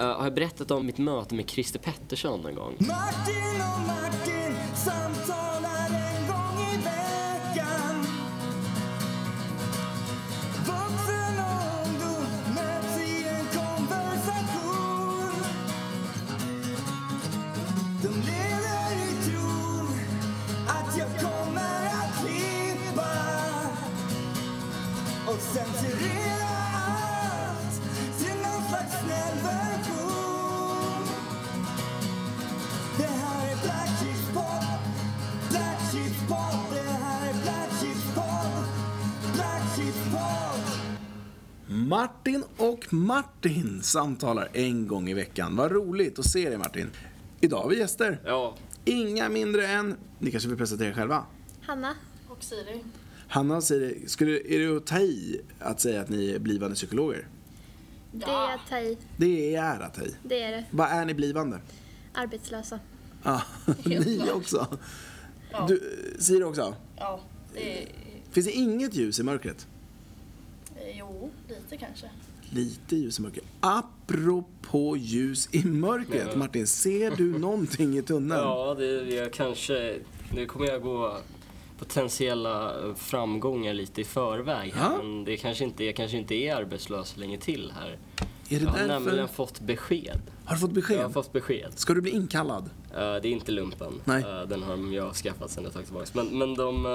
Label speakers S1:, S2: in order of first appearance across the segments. S1: Eh, har jag berättat om mitt möte med Christer Pettersson någon gång?
S2: Martin och Martin samtalar en gång i veckan. Vuxen och ungdom möts i en konversation. De lever i tron att jag kommer att klippa och censurera allt till någon slags snäll version. Det här är Black Sheep Pod. Black Sheep Pod. Det här är Black Sheep Pod. Black Sheep Pod.
S3: Martin och Martin samtalar en gång i veckan. Vad roligt att se dig Martin. Idag har vi gäster.
S1: Ja.
S3: Inga mindre än, ni kanske vill presentera er själva.
S4: Hanna.
S5: Och Siri.
S3: Hanna säger, skulle, är det att ta i att säga att ni är blivande psykologer?
S4: Det är att ta i.
S3: Det är att ta i.
S4: Det är det.
S3: Vad är ni blivande?
S4: Arbetslösa.
S3: Ja, ni också. Du, Siri också.
S5: Ja, det är...
S3: Finns det inget ljus i mörkret?
S5: eh, Jo, lite kanske.
S3: Lite ljus i mörkret. Apropå ljus i mörkret. Martin, ser du någonting i tunneln?
S1: Ja, det är jag kanske... Nu kommer jag gå potentiella framgångar lite i förväg här.
S3: Ja.
S1: Men det är kanske inte, jag kanske inte är arbetslös länge till här.
S3: Är det
S1: Jag har
S3: därför?
S1: nämligen fått besked.
S3: Har du fått besked?
S1: Jag har fått besked.
S3: Ska du bli inkallad?
S1: Eh, det är inte lumpen.
S3: Nej.
S1: Eh, den har de- jag har skaffat sen jag tagit tillbaka. Men, men de...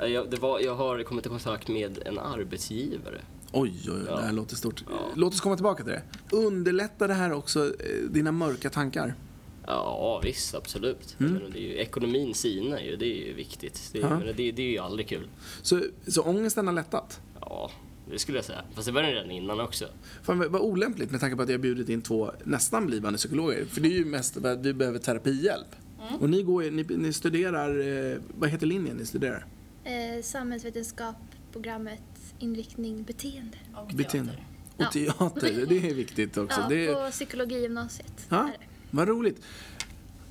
S1: eh, jag, det var, jag har kommit i kontakt med en arbetsgivare.
S3: Oj, oj, oj, det här låter stort. Låt oss komma tillbaka till det. Underlättar det här också eh, dina mörka tankar?
S1: Ja, visst, absolut.
S3: Mm.
S1: Men det är ju, ekonomin sinar ju, det är ju viktigt. Det, är- men det, det är ju aldrig kul.
S3: Så, så ångesten har lättat?
S1: Ja, det skulle jag säga. Fast det var den redan innan också.
S3: Fan, vad vad olämpligt med tanke på att jag har bjudit in två nästan blivande psykologer. För det är ju mest för att vi behöver terapihjälp. Och ni, går, ju- ni, ni studerar, eh, vad heter linjen ni studerar?
S4: Eh, samhällsvetenskap, programmet inriktning beteende.
S5: Och
S3: Beteende.
S5: teater.
S3: Och
S4: Ja.
S3: teater, det är viktigt också.
S4: Ja,
S3: det är,
S4: på psykologigymnasiet.
S3: Ja,
S4: är det.
S3: vad roligt.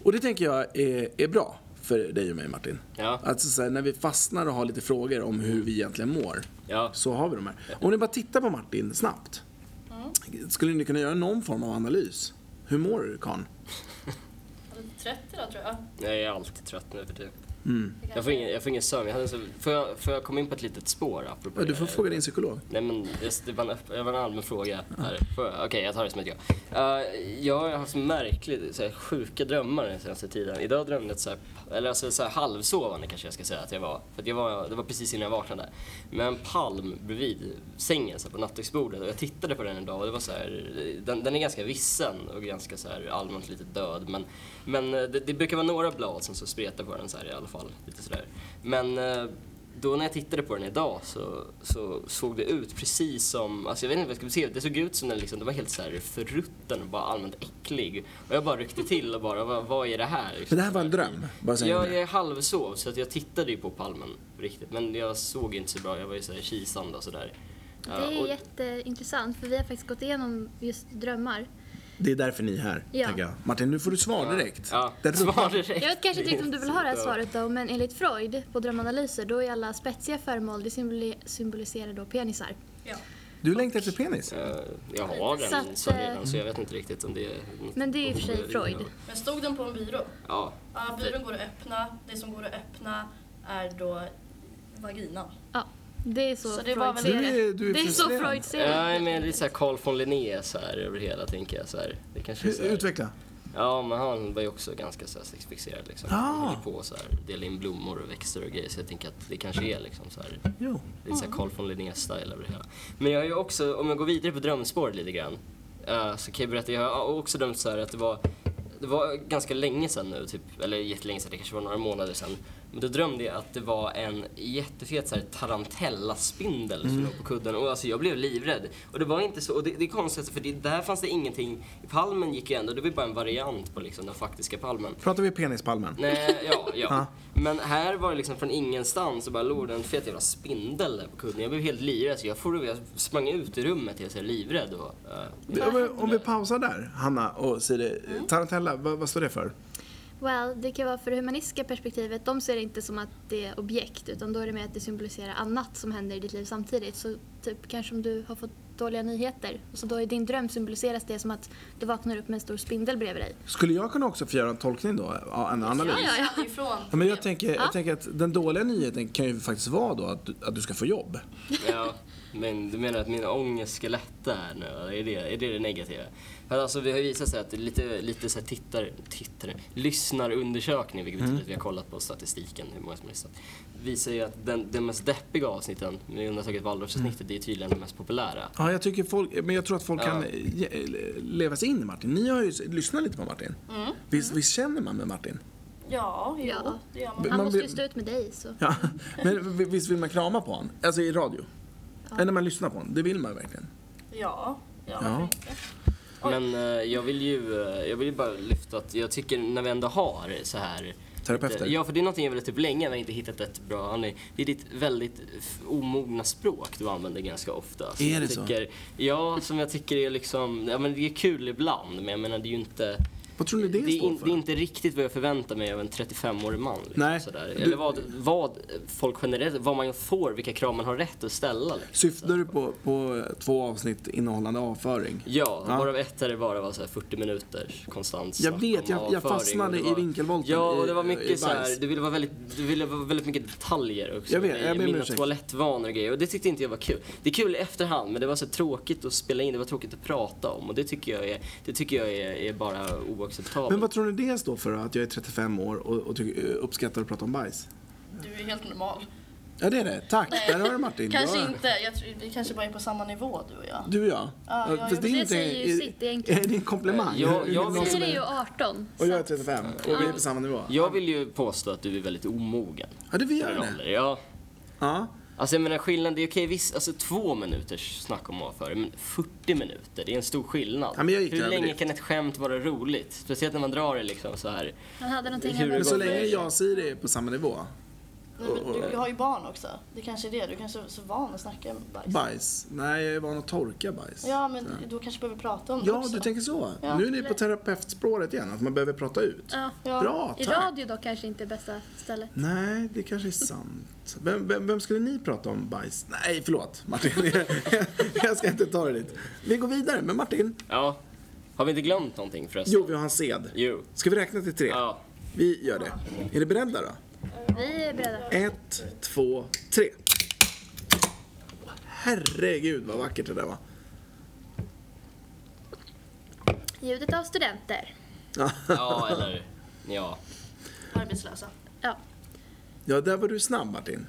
S3: Och det tänker jag är, är bra för dig och mig Martin.
S1: Ja.
S3: Alltså så här, när vi fastnar och har lite frågor om hur vi egentligen mår,
S1: Ja.
S3: så har vi de här. Om ni bara tittar på Martin snabbt, skulle ni kunna göra någon form av analys? Hur mår du karln?
S5: Jag är lite trött idag tror jag.
S1: Jag är alltid trött nu för tiden.
S3: Mm.
S5: Det kanske-
S1: Jag får ingen, jag får ingen sömn. Jag hade så, får, jag, får jag komma in på ett litet spår apropå
S3: Ja, du
S1: det?
S3: får fråga din psykolog.
S1: Nej men det, det, var en, det var en allmän fråga. här. Får jag- Okej, jag tar det som ett ja. Eh, jag har haft märkligt så här, sjuka drömmar den senaste tiden. Idag drömde jag ett så här, eller alltså så här halvsovande kanske jag ska säga att jag var. För att jag var, det var precis innan jag vaknade. Med en palm bredvid sängen så här, på nattduksbordet. Och jag tittade på den en dag och det var så här, den, den är ganska vissen och ganska så här allmänt lite död. Men, men eh, det, det brukar vara några blad som så spretar på den så här i alla fall. Lite sådär. Men eh, då när jag tittade på den idag så, så såg det ut precis som, alltså jag vet inte vad jag ska beskriva, det såg ut som den liksom, den var helt så här förrutten och bara allmänt äcklig. Och jag bara ryckte till och bara, vad, vad är det här?
S3: Men det här var en dröm, bara säga
S1: Jag,
S3: det.
S1: jag är halvsov så att jag tittade ju på palmen på riktigt men jag såg inte så bra, jag var ju så här kisande och sådär.
S4: Det
S1: Ja,
S4: är
S1: och-
S4: jätteintressant för vi har faktiskt gått igenom just drömmar.
S3: Det är därför ni är här,
S4: Ja.
S3: tänker jag. Martin, nu får du svar direkt.
S1: Ja,
S3: Den
S1: svar direkt.
S4: Jag vet kanske inte riktigt om du vill ha det här
S1: Ja.
S4: svaret då, men enligt Freud på drömanalyser då är alla spetsiga föremål, det symboli- symboliserar då penisar.
S5: Ja.
S3: Du längtar efter penis?
S1: Eh, Jag har
S4: Så
S1: den
S4: att,
S1: som
S4: eh,
S1: innan så jag vet inte riktigt om det är något-
S4: Men det är i och för sig Freud.
S5: Men stod den på en byrå?
S1: Ja,
S5: Ja, byrån går att öppna. Det som går att öppna är då vaginan.
S4: Ja, det är så,
S5: Så det
S4: Freud
S5: var väl
S4: ser
S5: det.
S4: det.
S3: Du är- du är
S4: det är så
S3: frustrerad.
S4: Freud ser det.
S1: Nej men det är såhär Carl von Linné så här över hela tänker jag så här. Det kanske är så här.
S3: Utveckla.
S1: Ja men han var ju också ganska så här sexfixerad liksom. Han
S3: Ah.
S1: höll på så här, delade in blommor och växter och grejer så jag tänker att det kanske är liksom så här
S3: Jo.
S1: Lite såhär Carl von Linné-style över det hela. Men jag har ju också, om jag går vidare på drömspåret lite grann, eh, så kan jag berätta, jag har också drömt så här att det var, det var ganska länge sedan nu, typ, eller jättelänge sedan, det kanske var några månader sedan. Men då drömde jag att det var en jättefet så här tarantellaspindel som låg på kudden och alltså jag blev livrädd. Och det var inte så, och det, det är konstigt alltså, för det, där fanns det ingenting, palmen gick ju ändå, det var ju bara en variant på liksom den faktiska palmen.
S3: Pratar vi penispalmen?
S1: Nej, ja, ja.
S3: Ja.
S1: Men här var det liksom från ingenstans och bara låg det en fet jävla spindel där på kudden. Jag blev helt livrädd så jag, for, jag sprang ut i rummet helt så här livrädd och... eh,
S4: Mm.
S3: Om vi, om vi pausar där, Hanna och Siri. Tarantella, vad, vad står det för?
S4: Well, det kan vara för det humanistiska perspektivet. De ser det inte som att det är objekt utan då är det mer att det symboliserar annat som händer i ditt liv samtidigt. Så typ kanske om du har fått dåliga nyheter. Så då i din dröm symboliseras det som att du vaknar upp med en stor spindel bredvid dig.
S3: Skulle jag kunna också få göra en tolkning då? Ja, En analys?
S4: Ja, ja.
S5: Hade ju från.
S3: Ja, men jag tänker,
S4: Ja.
S3: jag tänker att den dåliga nyheten kan ju faktiskt vara då att du, att du ska få jobb.
S1: Ja, men du menar att min ångest ska lätta här nu? eller Är det är det, det negativa? För alltså, vi har ju visat sig att det är lite, lite så här tittar, tittar, lyssnarundersökning, vilket betyder att vi har kollat på statistiken, hur många som har lyssnat, visar ju att den, den mest deppiga avsnitten, med undantaget Waldorfavsnittet, det är tydligen det mest populära.
S3: Ja, jag, tycker folk, men jag tror att folk
S1: Ja.
S3: kan eh, ge, leva sig in i Martin. Ni har ju s- lyssnat lite på Martin.
S4: Mm.
S3: Visst, visst känner man med Martin?
S5: Ja, jo,
S4: Ja.
S5: det gör
S3: Men-
S5: man.
S4: Han
S3: man
S4: måste ju
S3: blir-
S4: stå ut med dig så.
S3: Ja. Men vi- visst vill man krama på honom? Alltså i radio? Eller när man lyssnar på honom. Det vill man verkligen.
S5: Ja, ja,
S3: Ja.
S5: varför inte?
S1: Men eh, jag, vill ju, eh, jag vill ju bara lyfta att jag tycker när vi ändå har så här...
S3: Terapeuter.
S1: Ja, för det är någonting jag vill typ länge, men jag har inte hittat ett bra anledning. Det är ditt väldigt f- omogna språk du använder ganska ofta. som
S3: Är
S1: jag
S3: det så?
S1: tycker, Ja, som jag tycker är liksom, ja men det är kul ibland, men jag menar det är ju inte...
S3: Vad tror ni det,
S1: är,
S3: står
S1: in,
S3: för?
S1: det är inte riktigt vad jag förväntar mig av en 35-årig man. Liksom,
S3: Nej,
S1: Sådär.
S3: du-
S1: Eller vad, vad folk generellt, vad man får, vilka krav man har rätt att ställa. Liksom.
S3: Syftar du på, på två avsnitt innehållande avföring?
S1: Ja,
S3: Ja.
S1: varav ett där det bara var så här 40 minuter konstant snack
S3: Jag vet,
S1: om
S3: jag- jag
S1: avföring, och
S3: fastnade
S1: det
S3: i vinkelvolten
S1: Ja,
S3: i-
S1: och det var
S3: i
S1: mycket så här,
S3: bajs.
S1: det ville vara väldigt, det ville vara väldigt mycket detaljer också.
S3: Jag vet, jag
S1: grejer,
S3: ber om
S1: Mina
S3: ursäkt.
S1: toalettvanor och grejer. Och det tyckte inte jag var kul. Det är kul i efterhand, men det var så tråkigt att spela in, det var tråkigt att prata om. Och det tycker jag är, det tycker jag är, är bara oacceptabelt.
S3: Men vad tror ni det står för då? Att jag är 35 år och, och tycker, eh, uppskattar att prata om bajs?
S5: Du är helt normal.
S3: Ja, det är det. Tack, där har du Martin.
S5: Kanske
S3: Bra.
S5: inte, jag tror, vi kanske bara är på samma nivå du och jag.
S3: Du och jag?
S5: Ja, ja,
S3: fast
S5: jo,
S4: det
S3: ingenting-
S4: säger ju
S3: är-
S4: sitt egentligen.
S3: Är det en komplimang?
S1: Ja, jag
S3: Är det någon
S1: vill-
S3: som
S4: Sen är
S3: är-
S4: det ju 18.
S3: Och jag
S4: så
S3: är typ 35 och vi är på samma nivå.
S1: Jag vill ju påstå att du är väldigt omogen.
S3: Ja, det vi
S1: i
S3: gör det.
S1: roller. Ja.
S3: Ja.
S1: Alltså jag menar skillnaden, det är okej visst, alltså två minuters snack om avföring, men 40 minuter, det är en stor skillnad.
S3: Ja, men jag gick
S1: Hur
S3: över
S1: länge
S3: det.
S1: kan ett skämt vara roligt? Speciellt när man drar det liksom så här.
S4: Han hade någonting
S1: Hur
S4: han
S1: det
S3: Men
S4: var
S1: går
S3: så
S1: med-
S3: länge jag och Siri är på samma nivå,
S5: Nej, men du, du har ju barn också. Det kanske är det, du kanske är så van att snacka med bajs.
S3: bajs. Nej, jag är van att torka bajs.
S5: Ja, men då kanske behöver prata om det
S3: Ja,
S5: också.
S3: du tänker så.
S5: Ja.
S3: Nu är ni på terapeutspåret igen, att man behöver prata ut.
S4: Ja.
S5: Ja.
S3: Bra,
S4: I
S3: tack.
S4: radio då kanske inte bästa stället.
S3: Nej, det kanske är sant. Vem, vem, vem skulle ni prata om bajs? Nej, förlåt Martin. jag ska inte ta det dit. Vi går vidare med Martin.
S1: Ja. Har vi inte glömt någonting förresten?
S3: Jo, vi har en sed.
S1: Jo.
S3: Ska vi räkna till tre?
S1: Ja.
S3: Vi gör det. Är ni beredda då?
S4: Vi är beredda.
S3: Ett, två, tre. Herregud vad vackert det där var.
S4: Ljudet av studenter.
S1: Ja, eller ja.
S5: Arbetslösa.
S4: Ja.
S3: Ja, där var du snabb Martin.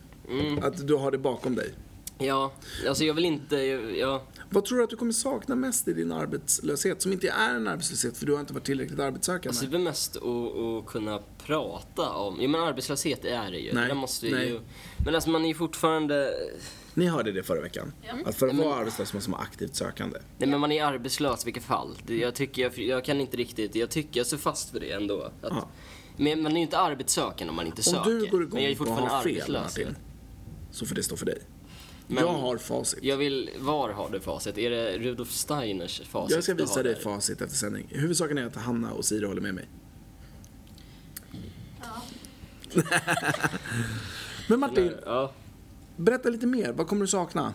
S3: Att du har det bakom dig.
S1: Ja, alltså jag vill inte, ja.
S3: Vad tror du att du kommer sakna mest i din arbetslöshet? Som inte är en arbetslöshet för du har inte varit tillräckligt arbetssökande.
S1: Alltså det är väl mest att, att kunna prata om, ja men arbetslöshet är det ju.
S3: Nej,
S1: Det där måste
S3: nej.
S1: ju. Men alltså man är ju fortfarande,
S3: Ni hörde det förra veckan. Att för att vara arbetslös måste man vara aktivt sökande.
S1: nej men man är arbetslös i vilket fall. Det- Jag tycker, jag, jag kan inte riktigt, jag tycker jag står fast vid det ändå. Att,
S3: Ja.
S1: Men man är ju inte arbetssökande om man inte
S3: Om
S1: söker.
S3: du går igång
S1: men jag är ju
S3: och
S1: fortfarande
S3: har fel
S1: arbetslös.
S3: Martin, så får det stå för dig.
S1: Men-
S3: jag har facit.
S1: Jag vill, var har du facit? Är det Rudolf Steiners facit
S3: Jag ska
S1: du
S3: visa
S1: har
S3: dig
S1: där?
S3: facit efter sändning. Huvudsaken är att Hanna och Siri håller med mig.
S5: Ja.
S3: Men Martin,
S1: Ja.
S3: berätta lite mer. Vad kommer du sakna?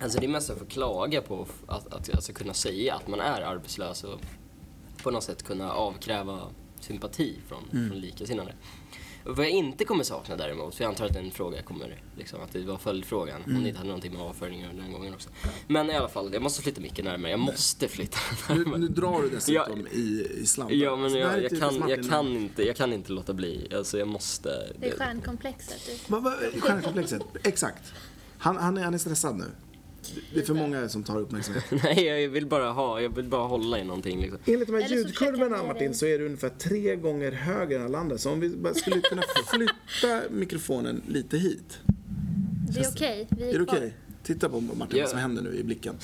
S1: Alltså det är mest att få klaga på att, att alltså kunna säga att man är arbetslös och på något sätt kunna avkräva sympati från,
S3: Mm.
S1: från likasinnade. Och vad jag inte kommer sakna däremot, för jag antar att den fråga kommer, liksom, att det var följdfrågan,
S3: Mm.
S1: om ni inte hade någonting med avföring att göra den gången också. Men i alla fall, jag måste flytta mycket närmare, jag måste flytta
S3: Nu,
S1: närmare.
S3: nu drar du dessutom
S1: Ja.
S3: i, i slantar.
S1: Ja men
S3: Så det här är typ
S1: jag, jag,
S3: typiskt
S1: kan, jag,
S3: Martin.
S1: kan inte, jag kan inte låta bli, alltså jag måste.
S4: Det är stjärnkomplexet. Det-
S3: Vad- vad- Stjärnkomplexet, exakt. Han, han, är, han är stressad nu. Det är för många som tar uppmärksamhet.
S1: Nej jag vill bara ha, jag vill bara hålla i någonting liksom.
S3: Enligt de här
S4: Eller så försöker
S3: ljudkurvorna
S4: han
S3: Martin så är du ungefär tre gånger högre än alla andra. Så om vi bara skulle kunna flytta mikrofonen lite hit.
S4: Det är okej. Vi
S3: Är det okej?
S4: kvar.
S3: Titta på Martin
S1: Ja.
S3: vad som händer nu i blicken.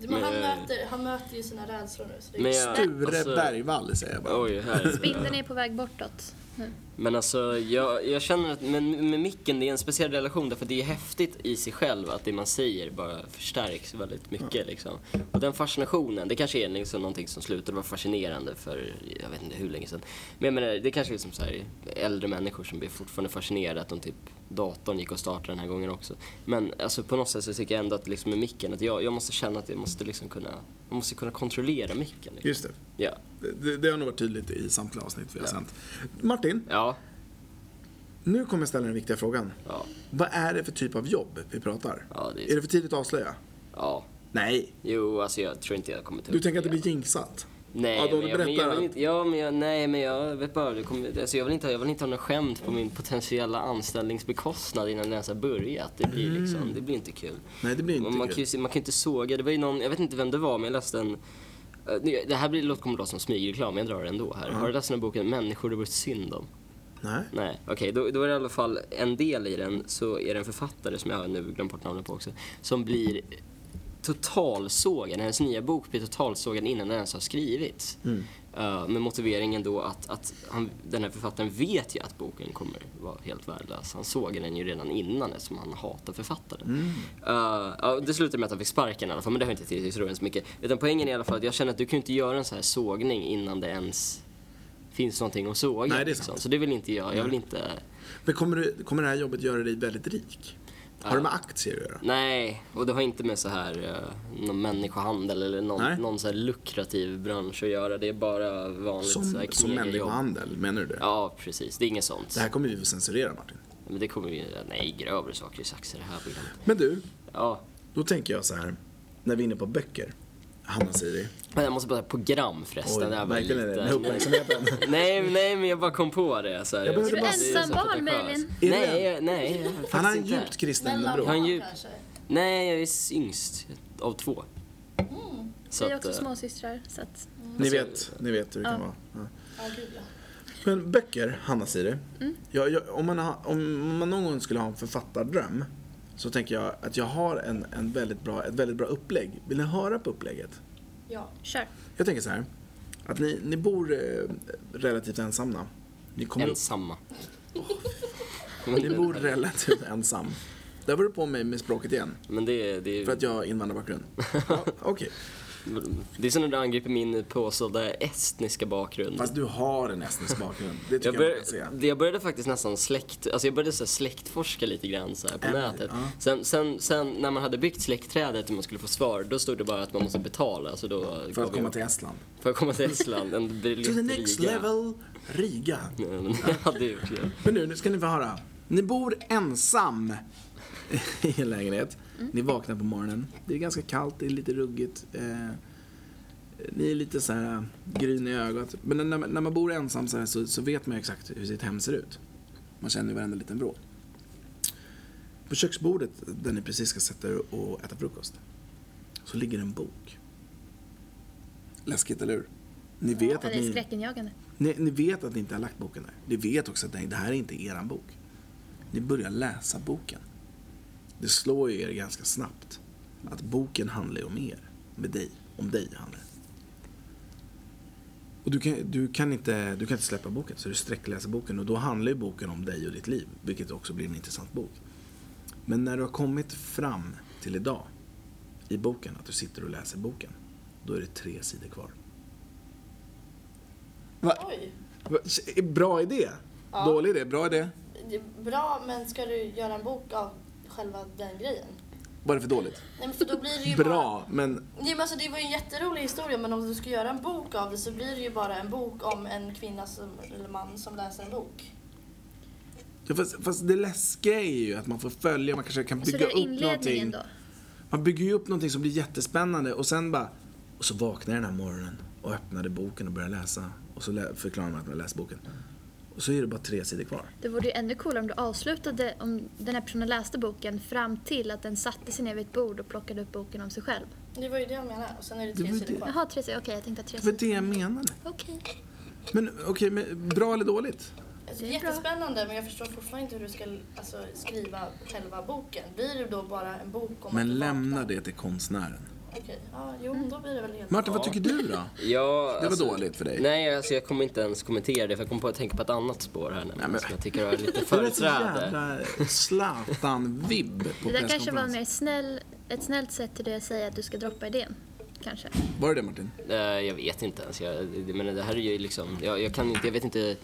S5: Men han,
S1: Men-
S5: möter, han möter ju sina rädslor nu. Så det är
S1: Eh. Men jag,
S3: Sture
S1: alltså-
S3: Bergvall säger jag bara.
S1: Oj, här.
S4: Spindeln är på väg bortåt.
S1: Men alltså, jag, jag känner att med, med micken, det är en speciell relation därför att det är häftigt i sig själv att det man säger bara förstärks väldigt mycket
S3: Mm.
S1: liksom. Och den fascinationen, det kanske är liksom någonting som slutade vara fascinerande för, jag vet inte hur länge sedan. Men jag menar, det kanske är som så här, äldre människor som blir fortfarande fascinerade att de typ, datorn gick och startade den här gången också. Men alltså på något sätt så tycker jag ändå att liksom med micken, att jag, jag måste känna att jag måste liksom kunna, jag måste kunna kontrollera micken. Liksom.
S3: Just det.
S1: Ja.
S3: Det- Det, det har nog varit tydligt i samtliga avsnitt vi har
S1: Ja.
S3: sänt. Martin,
S1: Ja.
S3: nu kommer jag ställa den viktiga frågan.
S1: Ja.
S3: Vad är det för typ av jobb vi pratar?
S1: Ja, det är-
S3: är... det för tidigt att avslöja?
S1: Ja.
S3: Nej.
S1: Jo, alltså jag tror inte jag kommer ta
S3: Du
S1: upp
S3: tänker att det
S1: igen.
S3: blir jinxat?
S1: Nej,
S3: Ja, då
S1: men, jag, men jag
S3: berättar
S1: vill
S3: han.
S1: inte, ja, men jag, nej, men jag vet bara, det kommer, alltså jag, vill inte, ha- jag vill inte ha något skämt på min potentiella anställningsbekostnad innan det ens har börjat. Det blir liksom, det blir inte kul.
S3: Mm. Nej, det blir inte
S1: man, man,
S3: kul.
S1: Kan ju, se- man kan inte såga, det var ju någon, jag vet inte vem det var, men jag läste en eh, det- det här blir, låter- kommer låta som smygreklam, men jag drar det ändå här. Har du läst den här boken Människor det vore synd om?
S3: Nej.
S1: Nej, okej. Då, då är det i alla fall en del i den, så är det en författare som jag har nu glömt bort namnet på också, som blir totalsågen, hennes nya bok blir totalsågen innan den ens har skrivits. Eh, med motiveringen då att, att han, den här författaren vet ju att boken kommer vara helt värdelös. Han såg den ju redan innan eftersom han hatar författaren. Eh, ja, det slutade med att han fick sparken i alla fall, men det har inte till historien så mycket. Utan poängen är i alla fall att jag känner att du kan ju inte göra en så här sågning innan det ens finns någonting att såga.
S3: Nej, det är
S1: liksom.
S3: sant.
S1: Så det vill inte jag. Jag vill inte...
S3: Men kommer, du, kommer det här jobbet göra dig väldigt rik? Har det med aktier att göra?
S1: Nej, och det har inte med så här eh, någon människohandel eller
S3: Nej.
S1: någon, någon så här lukrativ bransch att göra. Det är bara vanligt så
S3: Som,
S1: här
S3: som
S1: knegarjobb.
S3: människohandel, menar du det?
S1: Ja, precis. Det är inget sånt.
S3: Det här kommer vi få censurera, Martin.
S1: Men det kommer ju... Nej, grövre saker i saxar det här programmet.
S3: Men du,
S1: Ja.
S3: då tänker jag så här. När vi är inne på böcker, Hanna Siri.
S1: Men jag måste bara säga program förresten. det här var
S3: verkligen är det. Med
S1: lite...
S3: uppmärksamheten.
S1: Nej, men- nej, men jag bara kom på det. Så här.
S3: Jag behövde
S1: Det är
S3: bara-
S1: så
S4: Ensam barn,
S1: pretentiöst.
S4: möjligen?
S3: Är
S1: Nej,
S3: det-
S1: jag- nej, jag är
S3: Han har
S1: faktiskt
S3: en
S1: inte.
S3: djupt kristen
S5: Mellan
S1: Har
S3: bro.
S1: en
S5: barn
S1: djup-
S5: kanske.
S1: Nej, jag är yngst av två. Så
S4: Mm. Vi är
S1: att,
S4: också
S1: eh,
S4: småsystrar. Så att,
S3: Ni vet, ni vet hur det kan
S4: Ja.
S3: vara. Ja.
S5: Ja, gud ja.
S3: Men böcker, Hanna Siri. Jag, jag, om, man har, om man någon gång skulle ha en författardröm så tänker jag att jag har en, en väldigt bra, ett väldigt bra upplägg. Vill ni höra på upplägget?
S5: Ja.
S4: kör.
S3: Jag tänker så här. Att ni, ni bor eh, relativt ensamma. Ni kommer upp
S1: Ensamma.
S3: Ni bor relativt ensam. Där var du på mig med språket igen.
S1: Men det, det,
S3: För att jag har invandrarbakgrund. Ja, Okej.
S1: det är som när du angriper min påstådda estniska bakgrund.
S3: Fast du har en estnisk bakgrund. Det tycker
S1: Jag,
S3: jag, man
S1: bör,
S3: kan säga.
S1: det- jag började faktiskt nästan släkt, alltså jag började så här släktforska lite grann så här på
S3: Äh,
S1: nätet.
S3: ja.
S1: Sen, sen, sen när man hade byggt släktträdet och man skulle få svar, då stod det bara att man måste betala. Så då
S3: För att komma till Estland.
S1: för att komma till Estland. En biljett
S3: To the
S1: till
S3: next
S1: Riga.
S3: level, Riga.
S1: Nej, men Jag hade ju verkligen-
S3: Men nu, nu ska ni få höra. Ni bor ensam i en lägenhet.
S4: Mm.
S3: Ni vaknar på morgonen. Det är ganska kallt, det är lite ruggigt. Eh, ni är lite så här eh, gryn i ögat. Men när, när man bor ensam så, här, så, så vet man ju exakt hur sitt hem ser ut. Man känner ju varenda liten vrå. På köksbordet där ni precis ska sätta er och äta frukost så ligger en bok. Läskigt, eller hur? Ni vet
S4: Ja,
S3: att
S4: det är
S3: ni...
S4: skräckinjagande.
S3: Ni, ni vet att ni inte har lagt boken där. Ni vet också att nej, det här är inte eran bok. Ni börjar läsa boken. Det slår ju er ganska snabbt att boken handlar ju om er. Med dig. Om dig handlar det. Och du kan, du, kan inte, du kan inte släppa boken, så du sträckläser boken. Och då handlar ju boken om dig och ditt liv, vilket också blir en intressant bok. Men när du har kommit fram till idag i boken, att du sitter och läser boken, då är det tre sidor kvar. Va?
S5: Oj.
S3: Va- Bra idé.
S5: Ja.
S3: Dålig idé, bra idé.
S5: Det är Bra, men ska du göra en bok av själva den grejen?
S3: Var det för dåligt?
S5: Nej, men för då blir det ju bara...
S3: Bra, men
S5: Nej, men alltså, det var ju en jätterolig historia men om du ska göra en bok av det så blir det ju bara en bok om en kvinna som, eller man som läser en bok.
S3: ja, fast, fast det läskiga är ju att man får följa, man kanske kan
S4: Så
S3: bygga
S4: det
S3: upp
S4: är inledningen
S3: någonting.
S4: då.
S3: Man bygger ju upp någonting som blir jättespännande och sen bara... Och så vaknar jag den här morgonen och öppnade boken och började läsa. Och så lä- förklarar man att man läst boken. Och så är det bara tre sidor kvar.
S4: Det vore ju ännu coolare om du avslutade, om den här personen läste boken fram till att den satte sig ner vid ett bord och plockade upp boken om sig själv.
S5: Det var ju det jag menade och sen är det
S3: Det
S5: tre
S3: var
S5: sidor
S3: det.
S5: kvar.
S4: Jaha, Therese, okej jag tänkte att
S3: Det var
S4: Therese...
S3: det jag menade.
S4: Okej.
S3: Men okej, men bra eller dåligt?
S5: Alltså,
S4: Det är bra.
S5: jättespännande men jag förstår fortfarande inte hur du ska alltså, skriva själva boken. Blir det då bara en bok om att du
S3: Men lämna
S5: vaknar?
S3: det till konstnären.
S5: Okej, ja, jo, då blir det väl helt...
S3: Martin, vad tycker du då?
S1: Ja,
S3: Det var dåligt för dig.
S1: Nej, alltså jag kommer inte ens kommentera det för jag kommer på att tänka på ett annat spår här nämligen,
S3: men-
S1: som jag tycker har lite
S3: Det var så
S1: företräde.
S3: jävla Zlatan-vibb på
S4: Det där kanske var
S3: presskonferensen.
S4: mer snäll, ett snällt sätt till dig att säga att du ska droppa idén. Kanske.
S3: Var det det Martin?
S1: Eh, jag vet inte ens, jag, det- men det här är ju liksom, jag, jag kan inte, jag vet inte.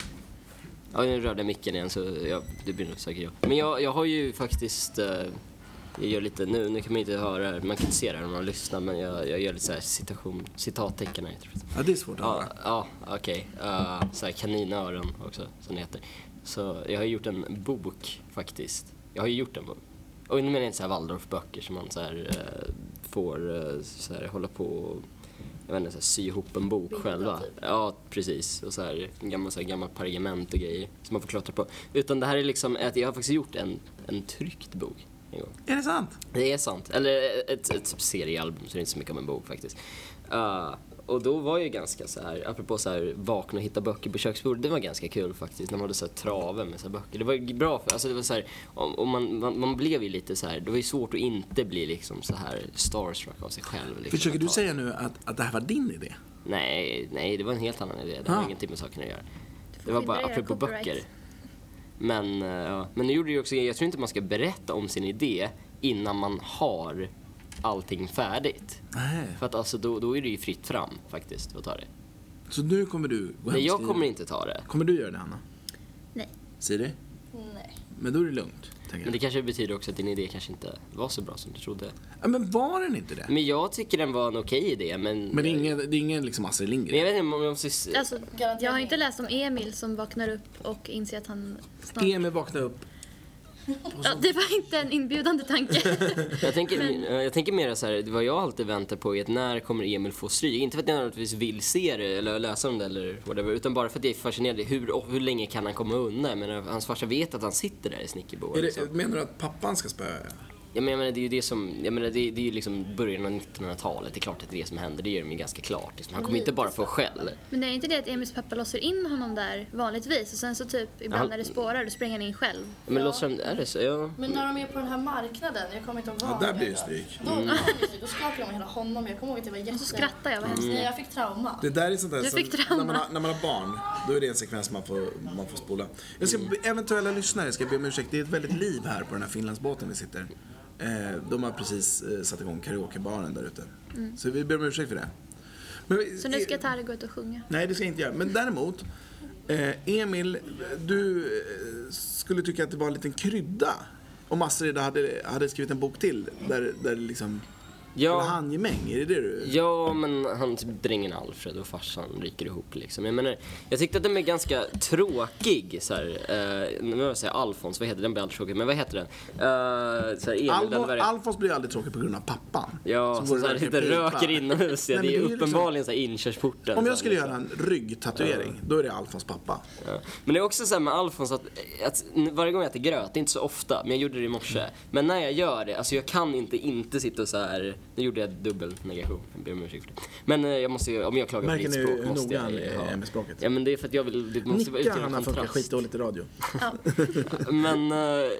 S1: Ja, nu rörde jag micken igen så jag, det blir nog säkert jag. Men jag, jag har ju faktiskt, eh, jag gör lite nu, nu kan man inte höra, det här, man kan inte se det här om man lyssnar men jag, jag gör lite så här citation, citattecken här. heter det.
S3: Ja, det är svårt att
S1: Ja,
S3: höra.
S1: ja okej. Uh, så här kaninöron också, som det heter. Så jag har gjort en bok faktiskt. Jag har ju gjort en bok. Och nu menar jag inte så här Waldorfböcker som man så här eh, får eh, så här, hålla på och jag vet inte, så här, sy ihop en bok
S5: Binda,
S1: själva.
S5: typ.
S1: Ja, precis. Och så här, gammal, så här, gammalt pergament och grejer som man får klottra på. Utan det här är liksom, att jag har faktiskt gjort en, en tryckt bok en gång.
S3: Är det sant?
S1: Det är sant. Eller eh, ett, ett seriealbum, så det är inte så mycket om en bok faktiskt. Eh, och då var jag ganska så här, apropå så här vakna och hitta böcker på köksbordet, det var ganska kul faktiskt när man hade så här trave med så här böcker. Det var ju bra för, alltså det var så här, om, om man, man, man blev ju lite så här, det var ju svårt att inte bli liksom så här starstruck av sig själv. Liksom,
S3: Försöker
S1: ett
S3: du
S1: tag.
S3: säga nu att, att det här var din idé?
S1: Nej, nej, det var en helt annan idé. Det har
S3: Ah.
S1: ingenting med saken att göra.
S4: får
S1: Det var bara
S4: skynda dig att
S1: apropå
S4: göra copyright.
S1: böcker. Men, eh, ja. Men nu gjorde det ju också, jag tror inte man ska berätta om sin idé innan man har allting färdigt.
S3: Nej.
S1: För att alltså då, då är det ju fritt fram faktiskt att ta det.
S3: Så nu kommer du gå hem
S1: Nej,
S3: och
S1: jag
S3: skriva.
S1: kommer inte ta det.
S3: Kommer du göra det, Hanna?
S4: Nej.
S3: Siri?
S5: Nej.
S3: Men då är det lugnt, tänker
S1: Men det
S3: jag.
S1: kanske betyder också att din idé kanske inte var så bra som du trodde.
S3: Ja, men var den inte det?
S1: Men jag tycker den var en okej idé, men...
S3: Men det är ingen, det är ingen liksom Astrid
S1: Men jag
S3: Lindgren?
S1: vet inte om jag måste... s-
S4: Alltså,
S5: Garanterat
S4: jag har ju
S5: inte.
S4: inte läst om Emil som vaknar upp och inser att han snart...
S3: Emil vaknar upp.
S4: Ja, det var inte en inbjudande tanke.
S1: Jag tänker, jag tänker mer så här, vad jag alltid väntar på är att när kommer Emil få stryk? Inte för att jag nödvändigtvis vill se det eller läsa om det eller whatever, utan bara för att jag är fascinerad. Hur, och hur länge kan han komma undan? Men hans farsa vet att han sitter där i snickerboa.
S3: Är
S1: Liksom.
S3: det, menar du att pappan ska spöa?
S1: Jag menar, jag menar, det är ju det som, jag menar, det, det är ju liksom början av 1900-talet. Det är klart att det är det som händer, det gör de ju ganska klart. Liksom. Han kommer inte bara få skäll.
S4: Men det är inte det att Emils pappa låser in honom där vanligtvis och sen så typ
S1: Han-
S4: ibland när det spårar då springer han in själv.
S1: Men ja. låtsas är det så? Ja.
S5: Men när de är på den här marknaden, jag kommer inte ihåg
S3: Ja,
S5: vad
S3: där
S5: den
S3: blir det
S5: heter.
S3: stryk.
S5: Då, mm. då, då skakade de hela honom. Jag kommer ihåg att det var jätte...
S4: Och så skrattar jag, vad hemskt.
S5: Nej, jag fick trauma.
S3: Det där är sånt där
S4: Du
S3: som,
S4: fick trauma.
S3: när, man har, när man har barn, då är det en sekvens man får, man får spola. Jag ska, be- Eventuella lyssnare ska be om ursäkt, det är ett väldigt liv här på den här Finlandsbåten vi sitter. Eh, de har precis eh, satt igång karaokebaren där ute. Så vi ber om ursäkt för det. Men vi-
S4: Mm. Så nu ska Tari gå ut och sjunga.
S3: Nej, det ska jag inte göra. Men däremot, eh, Emil, du eh, skulle tycka att det var en liten krydda om Astrid hade, hade skrivit en bok till där, där det liksom var
S1: Ja.
S3: handgemäng. Är det det du...
S1: Ja, men han typ drängen Alfred och farsan ryker ihop liksom. Jag menar, jag tyckte att den var ganska tråkig så här, eh, nu vill jag säga Alfons, vad heter den? Den blir aldrig tråkig, men vad heter den? Eh, så här, Emil, den
S3: Alvo,
S1: varianten.
S3: Alfons blir ju aldrig tråkig på grund av pappan.
S1: Ja, som
S3: går och
S1: så här,
S3: röker
S1: inte
S3: pipa.
S1: röker inomhus. Ja,
S3: typ Nej, men
S1: det är
S3: ju liksom-
S1: uppenbarligen så här inkörsporten.
S3: Om
S1: så
S3: jag
S1: här,
S3: skulle
S1: liksom.
S3: göra en ryggtatuering, då är det Alfons pappa.
S1: Ja. Men det är också så här med Alfons att, att varje gång jag äter gröt, det är inte så ofta, men jag gjorde det i morse. Men när jag gör det, alltså jag kan inte inte sitta och så här. nu gjorde jag dubbel negation, jag ber om ursäkt för det. Men eh, jag måste ju, om jag klagar
S3: Märker
S1: på ditt
S3: ni
S1: språk
S3: hur
S1: måste
S3: noga
S1: jag
S3: han
S1: ju
S3: är
S1: ha-
S3: med språket?
S1: Ja men det är för att jag vill, det måste vara
S3: Nicka,
S1: utan
S3: han funkar
S1: kontrast.
S3: skitdåligt i radio.
S1: Men eh,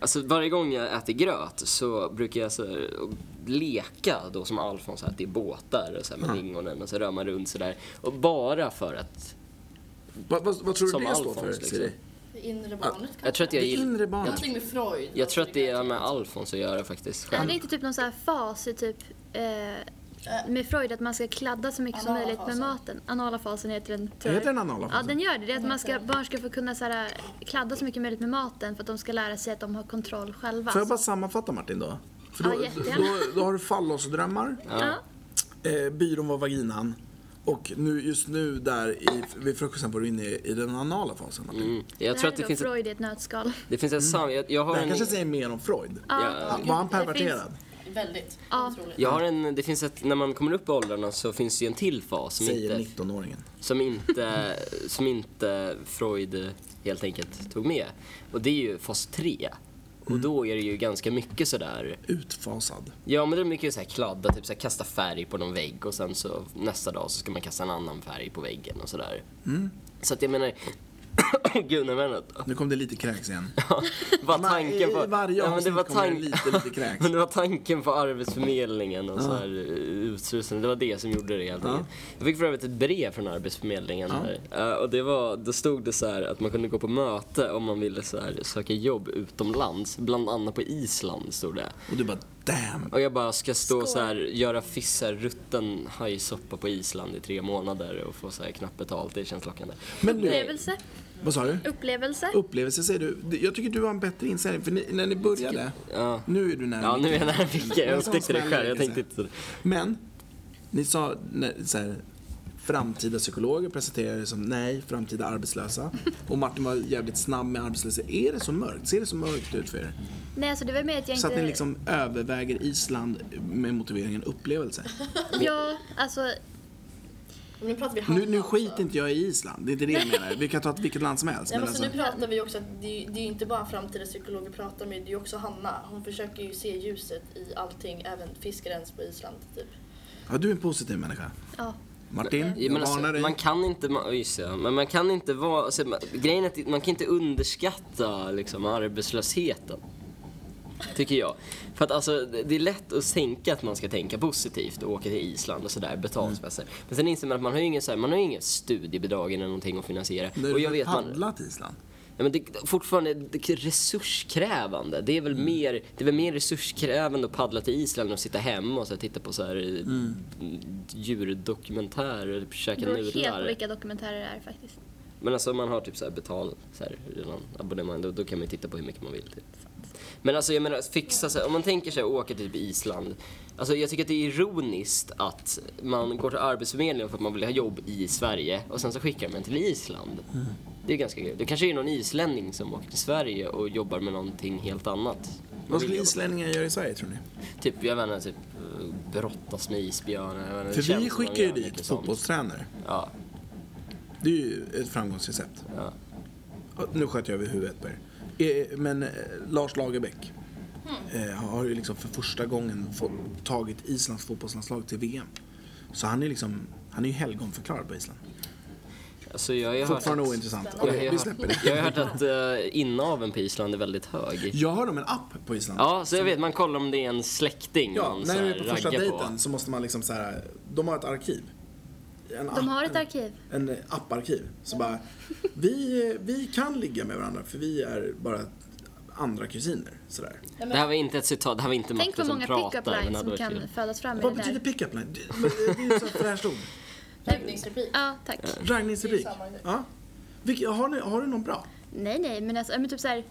S1: alltså varje gång jag äter gröt så brukar jag så här, leka då som Alfons att det är båtar och så här, med lingonen och så rör man runt sådär. Och bara för att,
S3: Vad, vad, vad tror du
S1: Som
S3: det står
S1: Alfons,
S3: för,
S1: liksom.
S3: Siri?
S5: Det inre barnet kanske.
S1: jag tror att jag
S3: Det
S1: gillar
S3: inre barnet.
S5: Någonting med Freud.
S1: Jag tror att det är med Alfons att göra faktiskt.
S4: Är
S1: Själv.
S4: det inte typ någon sån här fas i typ eh, med Freud att man ska kladda så mycket som
S5: Anala
S4: möjligt med
S5: fasen.
S4: maten? Anala fasen heter den
S3: Heter den anala
S4: Ja
S3: fasen?
S4: den gör det. Det är att man ska, barn ska få kunna så här, kladda så mycket möjligt med maten för att de ska lära sig att de har kontroll själva.
S3: Får jag bara sammanfatta Martin då? För då,
S4: Ja, jättegärna.
S3: då, då har du fallosdrömmar,
S4: ja.
S3: eh, byrån var vaginan och nu, just nu där i, vid frukosten var du inne i, i den anala fasen Martin.
S1: Mm. Jag
S4: det
S1: tror
S4: här
S1: att det
S4: är
S1: finns,
S4: då
S1: ett,
S4: Freud i ett nötskal.
S1: det finns ett sam... Jag, jag, har
S3: Det här
S1: en,
S3: Mm. kanske säger mer om Freud.
S1: Ja.
S3: Var han
S4: det finns-
S3: perverterad?
S5: Väldigt.
S4: Ja.
S5: Otroligt.
S1: jag har en... Det finns ett... När man kommer upp i åldrarna så finns det ju en till fas som
S3: Säger
S1: inte,
S3: 19-åringen.
S1: som, inte, som inte Freud helt enkelt tog med. Och det är ju fas 3.
S3: Mm.
S1: Och då är det ju ganska mycket sådär...
S3: Utfasad.
S1: Ja men det är mycket såhär kladda, typ såhär kasta färg på någon vägg och sen
S3: Mm.
S1: så nästa dag så ska man kasta en annan färg på väggen och sådär. Så att jag menar, Gunnarmännen.
S3: Nu kom det lite kräks igen.
S1: Var
S3: Man-
S1: tanken på,
S3: i varje
S1: Ja, men det
S3: avsnitt
S1: var
S3: kommer det
S1: tank-
S3: lite, lite kräks.
S1: men det var tanken på Arbetsförmedlingen och
S3: Ja.
S1: så här eh, utrustning. Det var det som gjorde det helt
S3: Ja.
S1: enkelt. Jag fick för övrigt ett brev från Arbetsförmedlingen
S3: Ja.
S1: här. Eh, Och det var, då stod det så här att man kunde gå på möte om man ville så här, söka jobb utomlands. Bland annat på Island stod det.
S3: Och du bara damn.
S1: Och jag bara ska stå
S4: Skål.
S1: så här, göra fissarrutten hajsoppa på Island i tre månader och få så här knappt betalt. Det känns lockande.
S3: Men du,
S4: Upplevelse.
S3: vad sa du?
S4: Upplevelse.
S3: Upplevelse säger du. Det- Jag tycker du har en bättre inställning. För ni, när ni började,
S1: Ja.
S3: nu är du nära
S1: Ja, nu är jag nära micken. Jag
S3: Men så
S1: upptäckte det
S3: smäller
S1: själv. Jag
S3: det,
S1: tänkte
S3: så.
S1: inte så.
S3: liksom. Men, ni sa när, så här, framtida psykologer presenterade det som nej, framtida arbetslösa. Och Martin var jävligt snabb med arbetslöshet. Är det så mörkt? Ser det så mörkt ut för er?
S4: Nej, alltså det var mer att jag
S3: Så att
S4: inte...
S3: ni liksom överväger Island med motiveringen upplevelse.
S4: Ja, alltså
S5: Men nu pratar vi
S3: Nu,
S5: handel
S3: nu
S5: också.
S3: skiter inte jag i Island, det är inte det jag menar. Vi kan ta ett vilket land som helst.
S5: Nej,
S3: Men
S5: men så
S3: alltså,
S5: nu pratar vi också att det, är- det är ju inte bara framtida psykologer pratar med, det är ju också Hanna. Hon försöker ju se ljuset i allting, även fiskrens på Island typ.
S3: Mm. ja, du är en positiv människa.
S4: Ja.
S3: Martin,
S1: Ja,
S3: jag
S1: men
S3: varnar
S1: alltså,
S3: dig.
S1: man kan inte, man, just ja, men man kan inte vara, alltså, man, grejen är att man kan inte underskatta liksom, arbetslösheten. Tycker jag. För att alltså, det det är lätt att tänka att man ska tänka positivt och åka till Island och sådär, betalsmässigt.
S3: Mm.
S1: Men sen inser man att man har ju ingen, så här, man har ju inget studiebidrag eller någonting att finansiera.
S3: När
S1: och
S3: du
S1: jag
S3: har
S1: vet man,
S3: paddlat Island.
S1: Ja, men det, fortfarande det, resurskrävande. Det är, väl mer, det är väl mer resurskrävande att paddla till Island och sitta hemma och så här, titta på så här, mm, djurdokumentärer eller
S4: det
S1: käka
S4: beror helt på
S1: nudlar.
S4: vilka dokumentärer det är faktiskt.
S1: Men alltså om man har typ så här betal, så här, redan abonnemang, då, då kan man ju titta på hur mycket man vill. Typ. Men alltså jag menar, fixa så här, om man tänker sig att åka typ Island. Alltså jag tycker att det är ironiskt att man går till Arbetsförmedlingen för att man vill ha jobb i Sverige och sen så skickar man till Island. Det är ganska kul. Det kanske är någon islänning som åker till Sverige och jobbar med någonting helt annat.
S3: Vad skulle
S1: Vill jobba.
S3: islänningar göra i Sverige tror ni?
S1: Typ, jag vet inte, typ eh, brottas med isbjörnar. jag vet inte, det
S3: För
S1: känns
S3: vi
S1: som man
S3: skickar ju
S1: gör mycket
S3: dit
S1: sånt.
S3: fotbollstränare.
S1: Ja,
S3: Det är ju ett framgångsrecept.
S1: ja.
S3: Och Nu sköt jag över huvudet på er. Eh, Men eh, Lars Lagerbäck eh, har ju liksom för första gången få- tagit Islands fotbollslandslag till VM. Så han är liksom, han är ju helgonförklarad på Island.
S1: Alltså jag har ju hört
S3: Fortfarande
S1: att-
S3: ointressant.
S1: Jag,
S3: Okej,
S1: jag,
S3: vi släpper det.
S1: jag har hört att uh, inaveln på Island är väldigt hög.
S3: Jag har om en app på Island.
S1: Ja, så jag vet, man kollar om det är en släkting
S3: Ja,
S1: man så
S3: när vi
S1: här,
S3: är på första
S1: raggar på.
S3: dejten så måste man liksom så här, de har ett arkiv. En app,
S4: De har ett arkiv.
S3: En eh, apparkiv. Så bara, vi, eh, vi kan ligga med varandra för vi är bara andra kusiner. Sådär.
S1: Det här var inte ett citat, det här var inte
S4: Tänk
S1: Matte
S4: vad
S1: som
S4: många
S1: pratar.
S4: pick-up lines
S1: men det
S4: som
S1: var
S4: kan
S1: kul.
S4: födas fram i det
S3: Vad betyder
S4: där.
S3: pick-up line? Det, men det det är ju så fräscht ord.
S5: Läggningsreplik.
S4: Ja, tack.
S3: Raggningsreplik.
S5: Det är samma grej.
S3: Ja. Vilka, har, ni, har du någon bra?
S4: Nej, nej, men alltså, ja, men typ så här.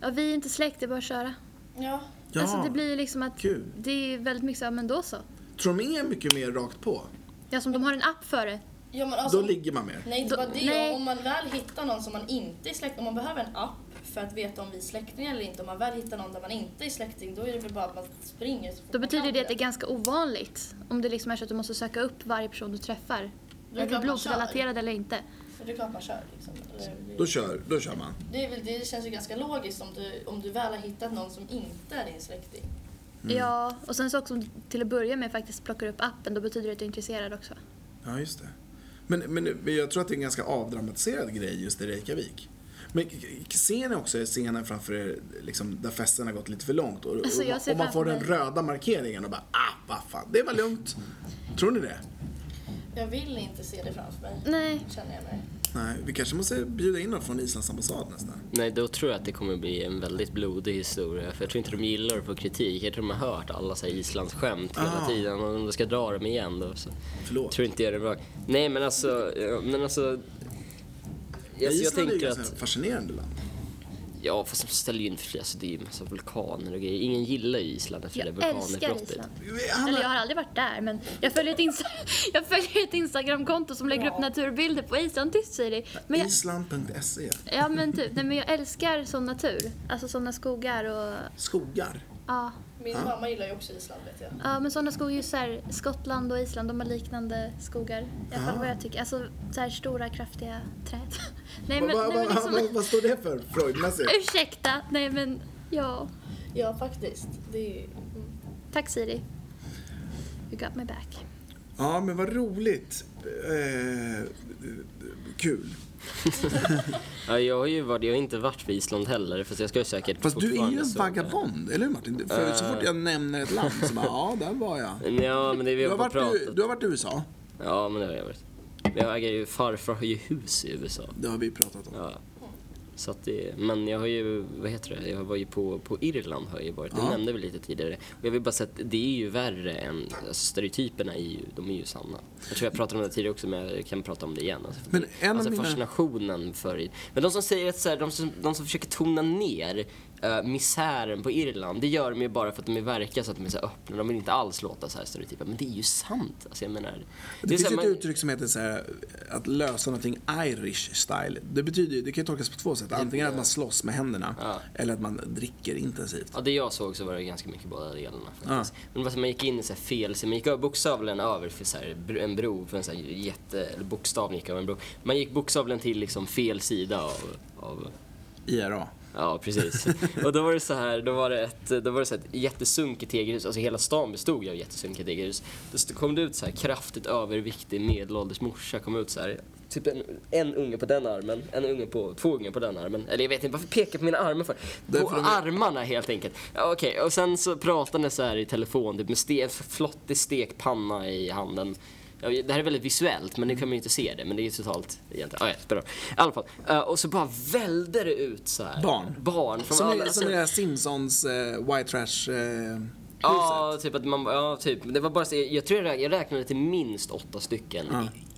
S4: Ja, vi är inte släkt, det är bara att köra.
S5: Ja.
S3: Ja.
S4: Alltså det blir ju liksom att
S3: Kul.
S4: det är väldigt mycket så, här, men då så.
S3: Tror de är mycket mer rakt på?
S4: Ja, som de har en app för det.
S5: ja men alltså,
S3: Då ligger man mer.
S5: nej inte bara
S4: Då-
S5: det.
S4: nej.
S5: Om man väl hittar någon som man inte är släkt om man behöver en app för att veta om vi är släktingar eller inte. Om man väl hittar någon där man inte är släkting då är det väl bara att man springer. Så fort
S4: Då
S5: man
S4: betyder
S5: kan
S4: det att det är ganska ovanligt. Om det liksom är så att du måste söka upp varje person du träffar.
S5: Då är
S4: Är
S5: det klart
S4: du
S5: man
S4: blodsrelaterad eller inte?
S5: För det är klart man kör liksom. Eller,
S3: Då kör, då kör man.
S5: det, är väl, det känns ju ganska logiskt om du, om du väl har hittat någon som inte är din släkting.
S4: Ja, och sen så också om du till att börja med faktiskt plockar upp appen, då betyder det att du är intresserad också.
S3: Ja, just det. Men, men, men jag tror att det är en ganska avdramatiserad grej just i Reykjavik. Men k- k- ser ni också scenen framför er liksom, där festen har gått lite för långt? Och,
S4: Alltså,
S3: och,
S4: jag ser
S3: och man får den
S4: framför mig-
S3: röda markeringen och bara ah, vad fan, det var lugnt. Tror ni det?
S5: Jag vill inte se det framför mig.
S4: Nej.
S5: Känner jag mig.
S3: Nej, vi kanske måste bjuda in någon från Islands ambassad nästan.
S1: Nej, då tror jag att det kommer bli en väldigt blodig historia. För jag tror inte de gillar att få kritik. Jag tror de har hört alla så här Islands skämt hela
S3: Ah.
S1: tiden. Och om de ska dra dem igen då så
S3: Förlåt.
S1: tror inte jag det är bra. Nej, men alltså, ja, men alltså. Jag, jag
S3: Island är ju
S1: tänker
S3: ganska
S1: att...
S3: fascinerande land.
S1: Ja, fast de ställer ju in för sig. Alltså, det är ju en massa vulkaner och grejer. Ingen gillar ju Island efter det
S4: Jag älskar
S1: vulkanutbrottet.
S4: Island.
S3: Hanna,
S4: Eller jag har aldrig varit där, men jag följer ett, insta- jag följer ett Instagramkonto som lägger upp naturbilder på Island. Tyst säger det. Men jag,
S3: Island.se.
S4: ja, men typ, nej, men jag älskar sån natur. Alltså såna skogar och...
S3: Skogar.
S4: Ja,
S5: Min mamma gillar ju också Island vet jag.
S4: ja men såna skogar, just så här, Skottland och Island, de har liknande skogar. I alla fall vad jag tycker. Alltså så här stora, kraftiga träd. Nej, men,
S3: vad,
S4: nej, men
S3: vad, vad,
S4: liksom...
S3: vad står det för Freudmässigt?
S4: Ursäkta, nej men ja.
S5: Ja faktiskt. Det är...
S4: Tack Siri. You got my back.
S3: Ja, Ja, men vad roligt. Eh, kul.
S1: Ja, jag har ju varit, jag har inte varit på Island heller för jag ska ju säkert
S3: Fast du är ju
S1: fortfarande
S3: en
S1: så- Eh.
S3: vagabond, eller hur Martin? För så fort jag nämner ett land så bara, ja, där var jag.
S1: Ja, men det är vi
S3: Du
S1: har
S3: har
S1: på
S3: varit
S1: pratat.
S3: i, du har varit i USA.
S1: Ja, men det har jag varit. Men Jag äger ju, farfar har ju hus i USA.
S3: Det har vi pratat om.
S1: Ja. Så att det, men jag har ju, vad heter det, jag var ju på, på Irland har jag ju varit, det
S3: Ja.
S1: nämnde vi lite tidigare. Och jag vill bara säga att det är ju värre än, alltså stereotyperna är ju, de är ju sanna. Jag tror jag pratade om det tidigare också men jag kan prata om det igen. Alltså,
S3: Men en av
S1: alltså
S3: mina-
S1: fascinationen för, men de som säger att så här, de, som, de som försöker tona ner eh, misären på Irland, det gör de ju bara för att de är verkar så att de är så här öppna, de vill inte alls låta så här stereotypa. Men det är ju sant, alltså jag menar.
S3: Det,
S1: är så
S3: finns
S1: här,
S3: ett
S1: man-
S3: uttryck som heter så här, att lösa någonting Irish style. Det betyder ju- det kan ju tolkas på två sätt. Antingen att man slåss med händerna eller att man dricker intensivt.
S1: Ja, det jag såg så var det ganska mycket båda delarna faktiskt. Men det var så man gick in i så här fel, så man gick över bokstavligen över för så här, br- en bro, för en så här jätte, eller bokstaven gick över en bro. Man gick bokstavligen till liksom fel sida av, av
S3: IRA.
S1: Ja, precis. Och då var det så här, då var det ett, då var det så här ett jättesunkigt tegelhus, alltså hela stan bestod ju av jättesunkiga tegelhus. Då st- kom det ut så här kraftigt överviktig medelålders morsa, kom ut så här, typ en, en unge på den armen, en unge på, två ungar på den armen. Eller jag vet inte, varför pekar jag på mina armar för? På
S3: Därför de är-
S1: armarna helt enkelt. Ja, Okej, och sen så pratade jag så här i telefon, typ med ste, flottig stekpanna i handen. Ja, Det här är väldigt visuellt, men ni kommer ju inte se det, men det är ju totalt egentligen. Ah, ja, spelar roll. I alla fall. Eh, och så bara välde det ut så här
S3: Barn.
S1: barn från
S3: Som
S1: alla
S3: i, som i det
S1: sidor.
S3: här Simpsons eh, White Trash eh,
S1: Ja, typ att man, ja, typ. Det var bara så, jag tror jag, räk- jag räknade till minst åtta stycken.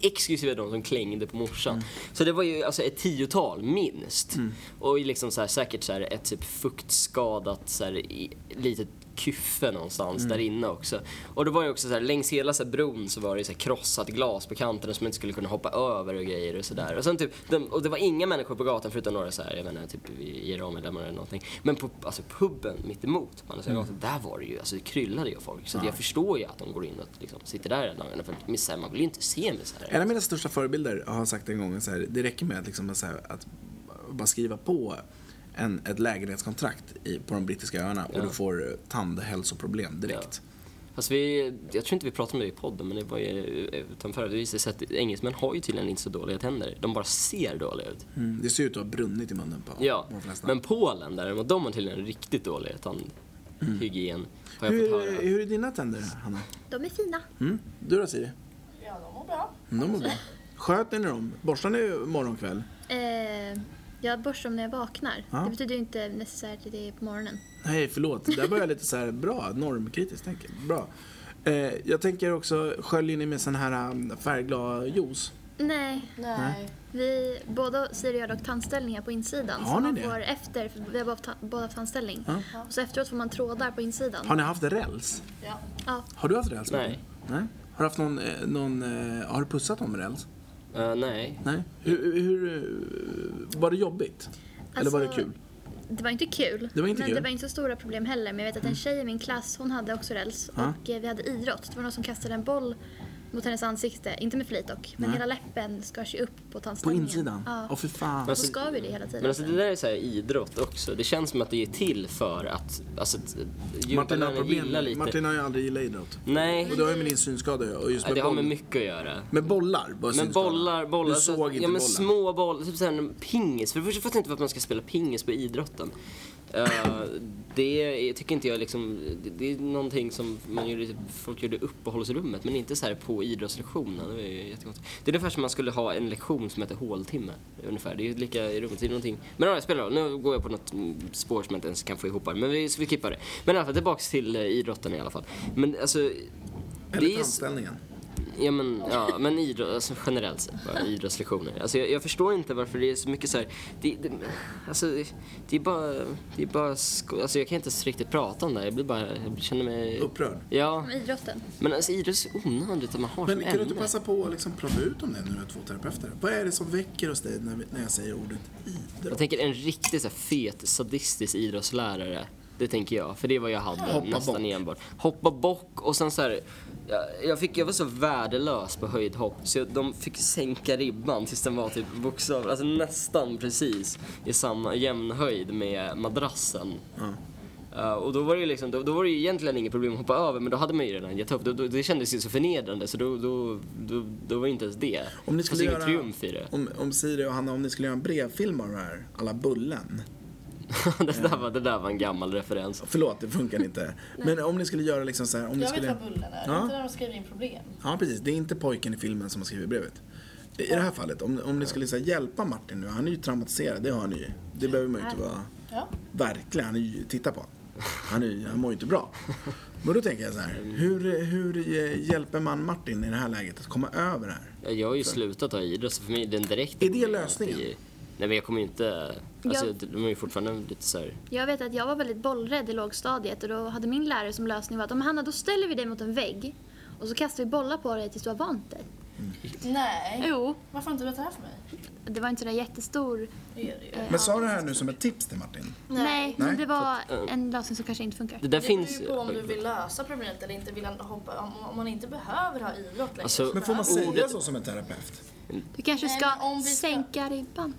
S1: Exklusive de som klängde på morsan.
S3: Mm.
S1: Så det var ju alltså ett tiotal, minst. Och liksom så här, säkert så här, ett typ fuktskadat så här, i, litet kyffe någonstans
S3: Mm.
S1: där inne också. Och det var ju också så här, längs hela så här, bron så var det ju så här, krossat glas på kanterna som man inte skulle kunna hoppa över och grejer och sådär. Och sen typ, de, och det var inga människor på gatan förutom några så här, jag menar typ IRA-medlemmar eller någonting. Men på alltså, puben mitt emot på andra sidan
S3: Mm.
S1: gatan, där var det ju, alltså det kryllade ju av folk. Så att jag förstår ju att de går in och liksom, sitter där hela dagarna för att misär, man vill ju inte se misär.
S3: En av mina största förebilder har sagt en gång så här, det räcker med att, liksom, så här, att bara skriva på en, ett lägenhetskontrakt i, på de brittiska öarna och du får eh, tandhälsoproblem direkt.
S1: Fast vi, jag tror inte vi pratade om det i podden, men det var ju eh, utanför. Det visade sig att engelsmän har ju tydligen inte så dåliga tänder. De bara ser dåliga ut.
S3: Mm. Det ser ut att ha brunnit i munnen på
S1: Ja,
S3: på de flesta.
S1: men Polen däremot, de har tydligen riktigt dålig tandhygien. Har jag fått
S3: hur,
S1: höra.
S3: hur är dina tänder, Hanna?
S4: De är fina.
S3: Mm? Du då, Siri? Mm,
S5: Ja, de mår bra.
S3: De mår bra. Sköter ni dem? Borstar ni morgon kväll?
S4: Eh, jag borstar dem när jag vaknar.
S3: Ja.
S4: Det betyder ju inte necessärt att det är på morgonen.
S3: Nej, förlåt. Där var jag lite så här bra, normkritiskt tänker jag. Bra. Eh, jag tänker också, sköljer ni med sån här um, färgglad juice?
S4: Nej,
S5: Nej.
S4: vi båda Siri och jag har dock tandställningar på insidan.
S3: Har
S4: som
S3: ni
S4: man
S3: det?
S4: Får efter, för vi har båda ta- båda haft tandställning.
S3: Ja.
S4: Och så efteråt får man trådar på insidan.
S3: Har ni haft räls?
S5: Ja.
S4: Ja,
S3: Har du haft räls?
S1: Nej.
S3: Martin? Nej. Har du haft någon, eh, någon eh, har du pussat om räls?
S1: Eh, nej.
S3: Nej. Hur, hur, eh, var det jobbigt? Eller var det
S4: Alltså,
S3: kul?
S4: det var inte kul.
S3: Det var inte
S4: men
S3: kul. Mm.
S4: det var inte så stora problem heller. Men jag vet att en tjej i min klass, hon hade också räls.
S3: Ja.
S4: Och eh, vi hade idrott. Det var någon som kastade en boll mot hennes ansikte. Inte med flit dock. Men
S3: Nej.
S4: hela läppen skars ju upp på
S3: På
S4: tandställningen.
S3: insidan?
S4: Ja.
S3: Åh fy fan.
S4: Då skaver det hela tiden.
S1: Men alltså det där är så här idrott också. Det känns som att det är till för att, alltså, att
S3: Martin har,
S1: jordbävaren
S3: problem.
S1: gillar lite.
S3: Martin har ju aldrig gillat idrott.
S1: Nej,
S3: Och det har ju med din synskada och just
S1: Ja,
S3: med,
S1: det har med
S3: boll,
S1: mycket att göra.
S3: med bollar. var
S1: Men
S3: synskadan.
S1: bollar, bollar.
S3: Du
S1: så-
S3: såg inte
S1: ja, men
S3: bollen.
S1: små bollar. Typ såhär pingis. För det första fattar jag inte varför man ska spela pingis på idrotten. Eh, det är, tycker inte jag liksom, det, det är någonting som man gjorde, folk gjorde i uppehållsrummet men inte så här på idrottslektionen. Det är ju jättekonstigt. Det är ungefär som man skulle ha en lektion som heter håltimme. Ungefär. Det är ju lika i rummet. Det är någonting. Men ja, det spelar roll. Nu går jag på något mm, spår som jag inte ens kan få ihop här. Men vi, så vi kippar det. Men i alla fall tillbaks till eh, idrotten i alla fall. Men alltså.
S3: Eller
S1: det är s-
S3: tandställningen.
S1: Ja men, ja, men idrott, alltså generellt sett bara idrottslektioner. Alltså jag, jag förstår inte varför det är så mycket så här. Det, det, alltså det, det är bara, det är bara sko- alltså jag kan inte ens riktigt prata om det här. Jag blir bara, jag känner mig...
S3: Upprörd.
S1: Ja,
S4: Om idrotten.
S1: men alltså idrott är så onödigt att man har
S3: Men
S1: som
S3: kan du
S1: ämne.
S3: inte passa på att liksom prata ut om det nu när du är två terapeuter? Vad är det som väcker hos dig när, vi- när jag säger ordet
S1: Jag
S3: idrott?
S1: tänker en riktigt så här fet sadistisk idrottslärare. Det tänker jag, för det var jag hade
S3: Hoppa
S1: nästan
S3: bock.
S1: enbart. Hoppa bock och sen så här, jag, jag, fick, jag var så värdelös på höjdhopp så jag, de fick sänka ribban tills den var typ bokstav, alltså nästan precis i samma jämn höjd med madrassen. Eh, och då var, det ju liksom, då, då var det ju egentligen inget problem att hoppa över men då hade man ju redan gett upp. Då, då, det kändes ju så förnedrande så då, då, då, då var det inte ens det.
S3: Om ni
S1: det fanns
S3: skulle
S1: ju ingen
S3: göra,
S1: triumf i det.
S3: Om, om Siri och Hanna, om ni skulle göra en brevfilm av det här, alla Bullen.
S1: det, där var, det där var en gammal referens.
S3: Förlåt, det funkar inte. Men om ni skulle göra liksom så här, om ni
S5: Jag vet
S3: skulle...
S5: vad bullen är.
S3: Ja.
S5: Inte när de skriver in problem.
S3: Ja, precis. Det är inte pojken i filmen som har skrivit brevet. I det här fallet, om, om ni skulle så här, hjälpa Martin nu, han är ju traumatiserad, det hör ni ju. Det behöver man ju inte vara
S5: Ja.
S3: verkligen, han är ju, titta på han, är, ju- han mår ju inte bra. Men då tänker jag så här, hur, hur eh, hjälper man Martin i det här läget att komma över det här?
S1: Ja, Jag har ju slutat ha idrott så för mig är den direkt...
S3: Är det lösningen?
S1: Nej men jag kommer ju inte... Alltså,
S4: Ja.
S1: de är ju fortfarande lite så här...
S4: Jag vet att jag var väldigt bollrädd i lågstadiet och då hade min lärare som lösning var att "Men Hanna, då ställer vi dig mot en vägg och så kastar vi bollar på dig tills du har vant dig.
S5: Nej.
S4: Jo,
S5: Varför har inte du berättat det här för mig?
S4: det var inte så där jättestor...
S5: Det gör det ju.
S3: Men sa du det här nu som ett tips till Martin?
S4: Nej,
S3: Nej.
S4: men det var en lösning som kanske inte funkar.
S1: Det där
S5: Det
S1: finns...
S5: beror ju på om du vill lösa problemet eller inte. Vill han hoppa, om, om man inte behöver ha idrott längre.
S1: Alltså-
S3: Men får man
S1: Ordet-
S3: säga så som en terapeut?
S4: Du kanske
S5: Nej,
S4: ska
S5: men om vi ska-
S4: sänka ribban.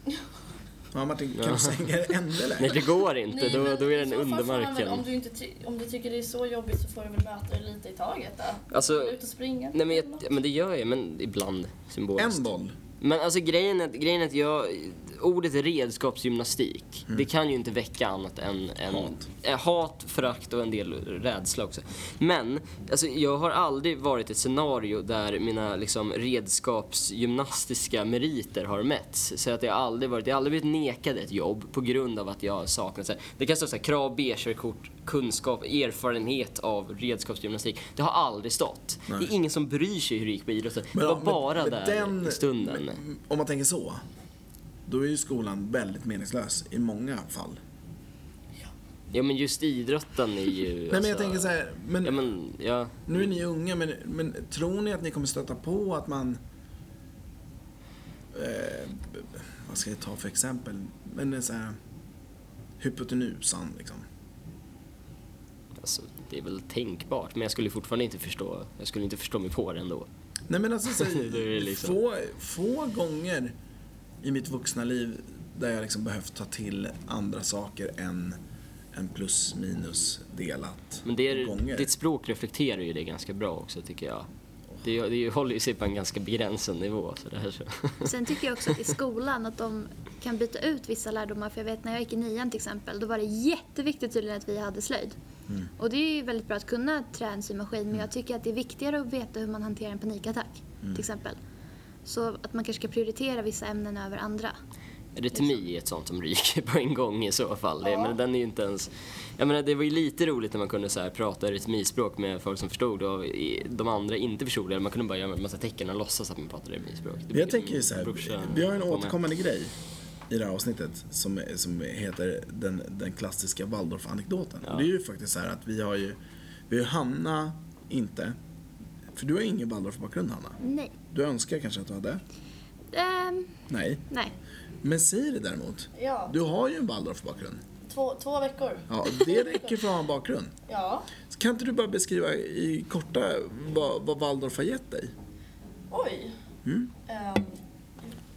S3: Ja, Martin, kan du sänka det ännu
S1: Nej,
S3: lägre?
S1: det går inte.
S5: Nej,
S1: då,
S5: men
S1: då är den
S5: i så fall får man väl-
S1: undermarken.
S5: Om du, inte ty- om du tycker det är så jobbigt så får du väl möta det lite i taget då.
S1: Alltså-
S5: Gå Ut och springa.
S1: Nej, men, jag, men det gör jag, men ibland symboliskt.
S3: En boll.
S1: Men alltså grejen är, att- grejen är att jag... Ordet är redskapsgymnastik. Det kan ju inte väcka annat än... än
S3: Hat.
S1: eh, hat, förakt och en del rädsla också. Men, alltså jag har aldrig varit i ett scenario där mina liksom redskapsgymnastiska meriter har mätts. Så att jag har aldrig varit, jag har aldrig blivit nekad ett jobb på grund av att jag saknat så här, Det kan stå så här, krav, B-körkort, kunskap, erfarenhet av redskapsgymnastik. Det har aldrig stått. Det är ingen som bryr sig hur det gick på idrotten. det var
S3: ja,
S1: bara
S3: men
S1: där i stunden.
S3: men- om man tänker så, då är ju skolan väldigt meningslös i många fall.
S1: Ja men just idrotten är ju... alltså,
S3: Nej men jag tänker så här, men,
S1: Ja men, ja.
S3: nu är ni unga, men, men tror ni att ni kommer stöta på att man... Eh, b- b- vad ska jag ta för exempel? Men det är så här, hypotenusan liksom.
S1: Alltså, det är väl tänkbart, men jag skulle fortfarande inte förstå. Jag skulle inte förstå mig på det ändå.
S3: Nej men alltså, så
S1: Det är
S3: här,
S1: liksom-
S3: få, få gånger i mitt vuxna liv där jag liksom behövt ta till andra saker än, än plus minus delat.
S1: Men det är,
S3: gånger.
S1: ditt språk reflekterar ju det ganska bra också, tycker jag. Det, det håller ju sig på en ganska begränsad nivå. Så det här, så.
S4: Sen tycker jag också att i skolan att de kan byta ut vissa lärdomar. För jag vet när jag gick i nian till exempel, då var det jätteviktigt tydligen att vi hade slöjd. Och det är ju väldigt bra att kunna trä en symaskin, men jag tycker att det är viktigare att veta hur man hanterar en panikattack till exempel. Så att man kanske ska prioritera vissa ämnen över andra.
S1: Retemi är ett sånt som ryker på en gång i så fall. Det, men den är ju inte ens... Jag menar, det var ju lite roligt när man kunde så här, prata retemispråk med folk som förstod och i- de andra inte förstod det. Man kunde bara göra en massa tecken och låtsas att man pratade retemispråk. Det
S3: Jag
S1: brukar
S3: tänker ju
S1: min
S3: så här,
S1: brorsa
S3: vi har ju
S1: hålla
S3: en
S1: på med.
S3: återkommande grej i det här avsnittet som, som heter den, den klassiska Waldorf-anekdoten. Och Det är ju faktiskt så här att vi har ju, vi har ju Hanna inte, för du har ingen Waldorf-bakgrund Hanna.
S4: Nej.
S3: Du önskar kanske att du hade?
S4: Ehm,
S3: Nej.
S4: nej.
S3: Men Siri däremot,
S5: Ja.
S3: du har ju en Waldorf-bakgrund.
S5: Två, två veckor.
S3: Ja, det räcker för att ha en bakgrund.
S5: Ja.
S3: Kan inte du bara beskriva i korta vad, vad Waldorf har gett dig? Mm?
S5: Oj. Ehm,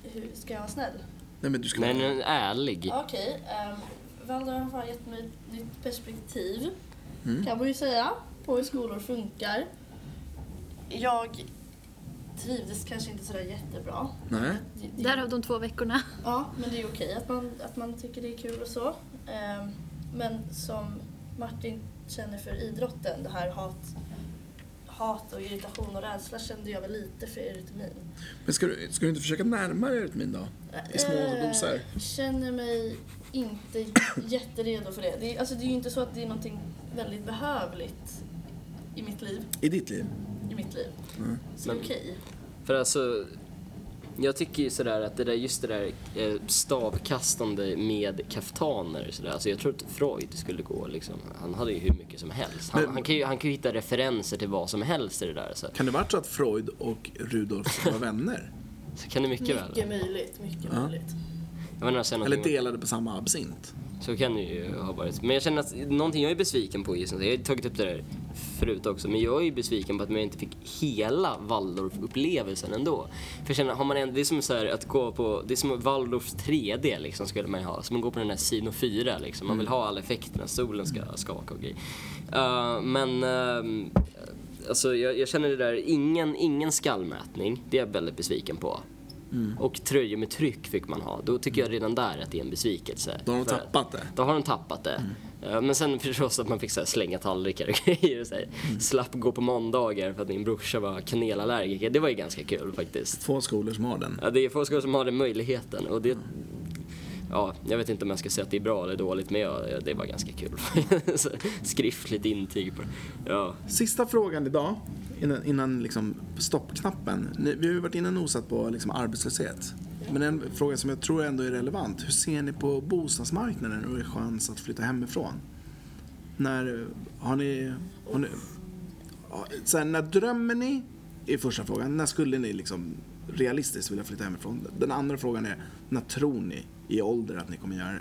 S5: hur, ska jag vara snäll?
S3: Nej men du ska
S1: Nej, men ärlig.
S5: Okej. ehm, Waldorf har gett mig ett nytt perspektiv. Kan man ju säga. På hur skolor funkar. Jag trivdes kanske inte sådär jättebra.
S3: Nej.
S5: Det- det-
S4: Därav de två veckorna.
S5: Ja, men det är okej att man, att man tycker det är kul och så. Ehm, Men som Martin känner för idrotten, det här hat, hat och irritation och rädsla kände jag väl lite för erytmin.
S3: Men ska du, ska du inte försöka närma dig rytmin då? I små
S5: Eh,
S3: doser?
S5: Känner mig inte jätteredo för det. Det är, alltså, det är ju inte så att det är någonting väldigt behövligt i mitt liv.
S3: I ditt liv?
S5: I mitt liv.
S3: Mm.
S5: Så det är
S1: Men-
S5: okej.
S1: För alltså, jag tycker ju sådär att det där, just det där eh, stavkastande med kaftaner sådär. Alltså jag tror att Freud skulle gå liksom. Han hade ju hur mycket som helst. Han,
S3: Men-
S1: han, kan, ju, han kan ju hitta referenser till vad som helst i det där. Så,
S3: Kan det varit så att Freud och Rudolf var vänner?
S1: så kan det mycket väl.
S5: Mycket möjligt, mycket möjligt.
S1: Jag menar, säga
S6: Eller
S1: någonting om-
S6: delade på samma absint.
S1: Så kan det ju ha varit. Men jag känner att någonting jag är besviken på just nu, jag har tagit upp det där förut också, men jag är ju besviken på att man inte fick hela Waldorf-upplevelsen ändå. För jag känner, har man en, det är som så här att gå på, det är som Waldorfs 3D liksom skulle man ju ha, som man går på den här Sino 4 liksom. Man
S6: Mm.
S1: vill ha alla effekterna, solen ska skaka och grejer. Eh, men ehm, alltså jag, jag känner det där, ingen, ingen skallmätning, det är jag väldigt besviken på.
S6: Mm.
S1: Och tröjor med tryck fick man ha. Då tycker jag redan där att det är en besvikelse.
S6: Då har de
S1: För-
S6: tappat det.
S1: då har de tappat det.
S3: Mm.
S1: Eh, Men sen förstås att man fick så här slänga tallrikar och grejer. Och så här.
S3: Mm.
S1: Slapp gå på måndagar för att min brorsa var kanelallergiker. Det var ju ganska kul faktiskt.
S6: Två skolor som har den.
S1: Ja, det är få skolor som har den möjligheten. Och det, ja, jag vet inte om jag ska säga att det är bra eller dåligt, men ja, ja, det var ganska kul. Så Skriftligt intyg på det. Ja.
S3: Sista frågan idag, innan, innan liksom stoppknappen. Ni- Vi har ju varit inne och nosat på liksom arbetslöshet. Men en fråga som jag tror ändå är relevant. Hur ser ni på bostadsmarknaden och er chans att flytta hemifrån? När har ni... Har ni ja, så här, när drömmer ni? I första frågan. När skulle ni liksom realistiskt vilja flytta hemifrån? Den andra frågan är, när tror ni i ålder att ni kommer göra det?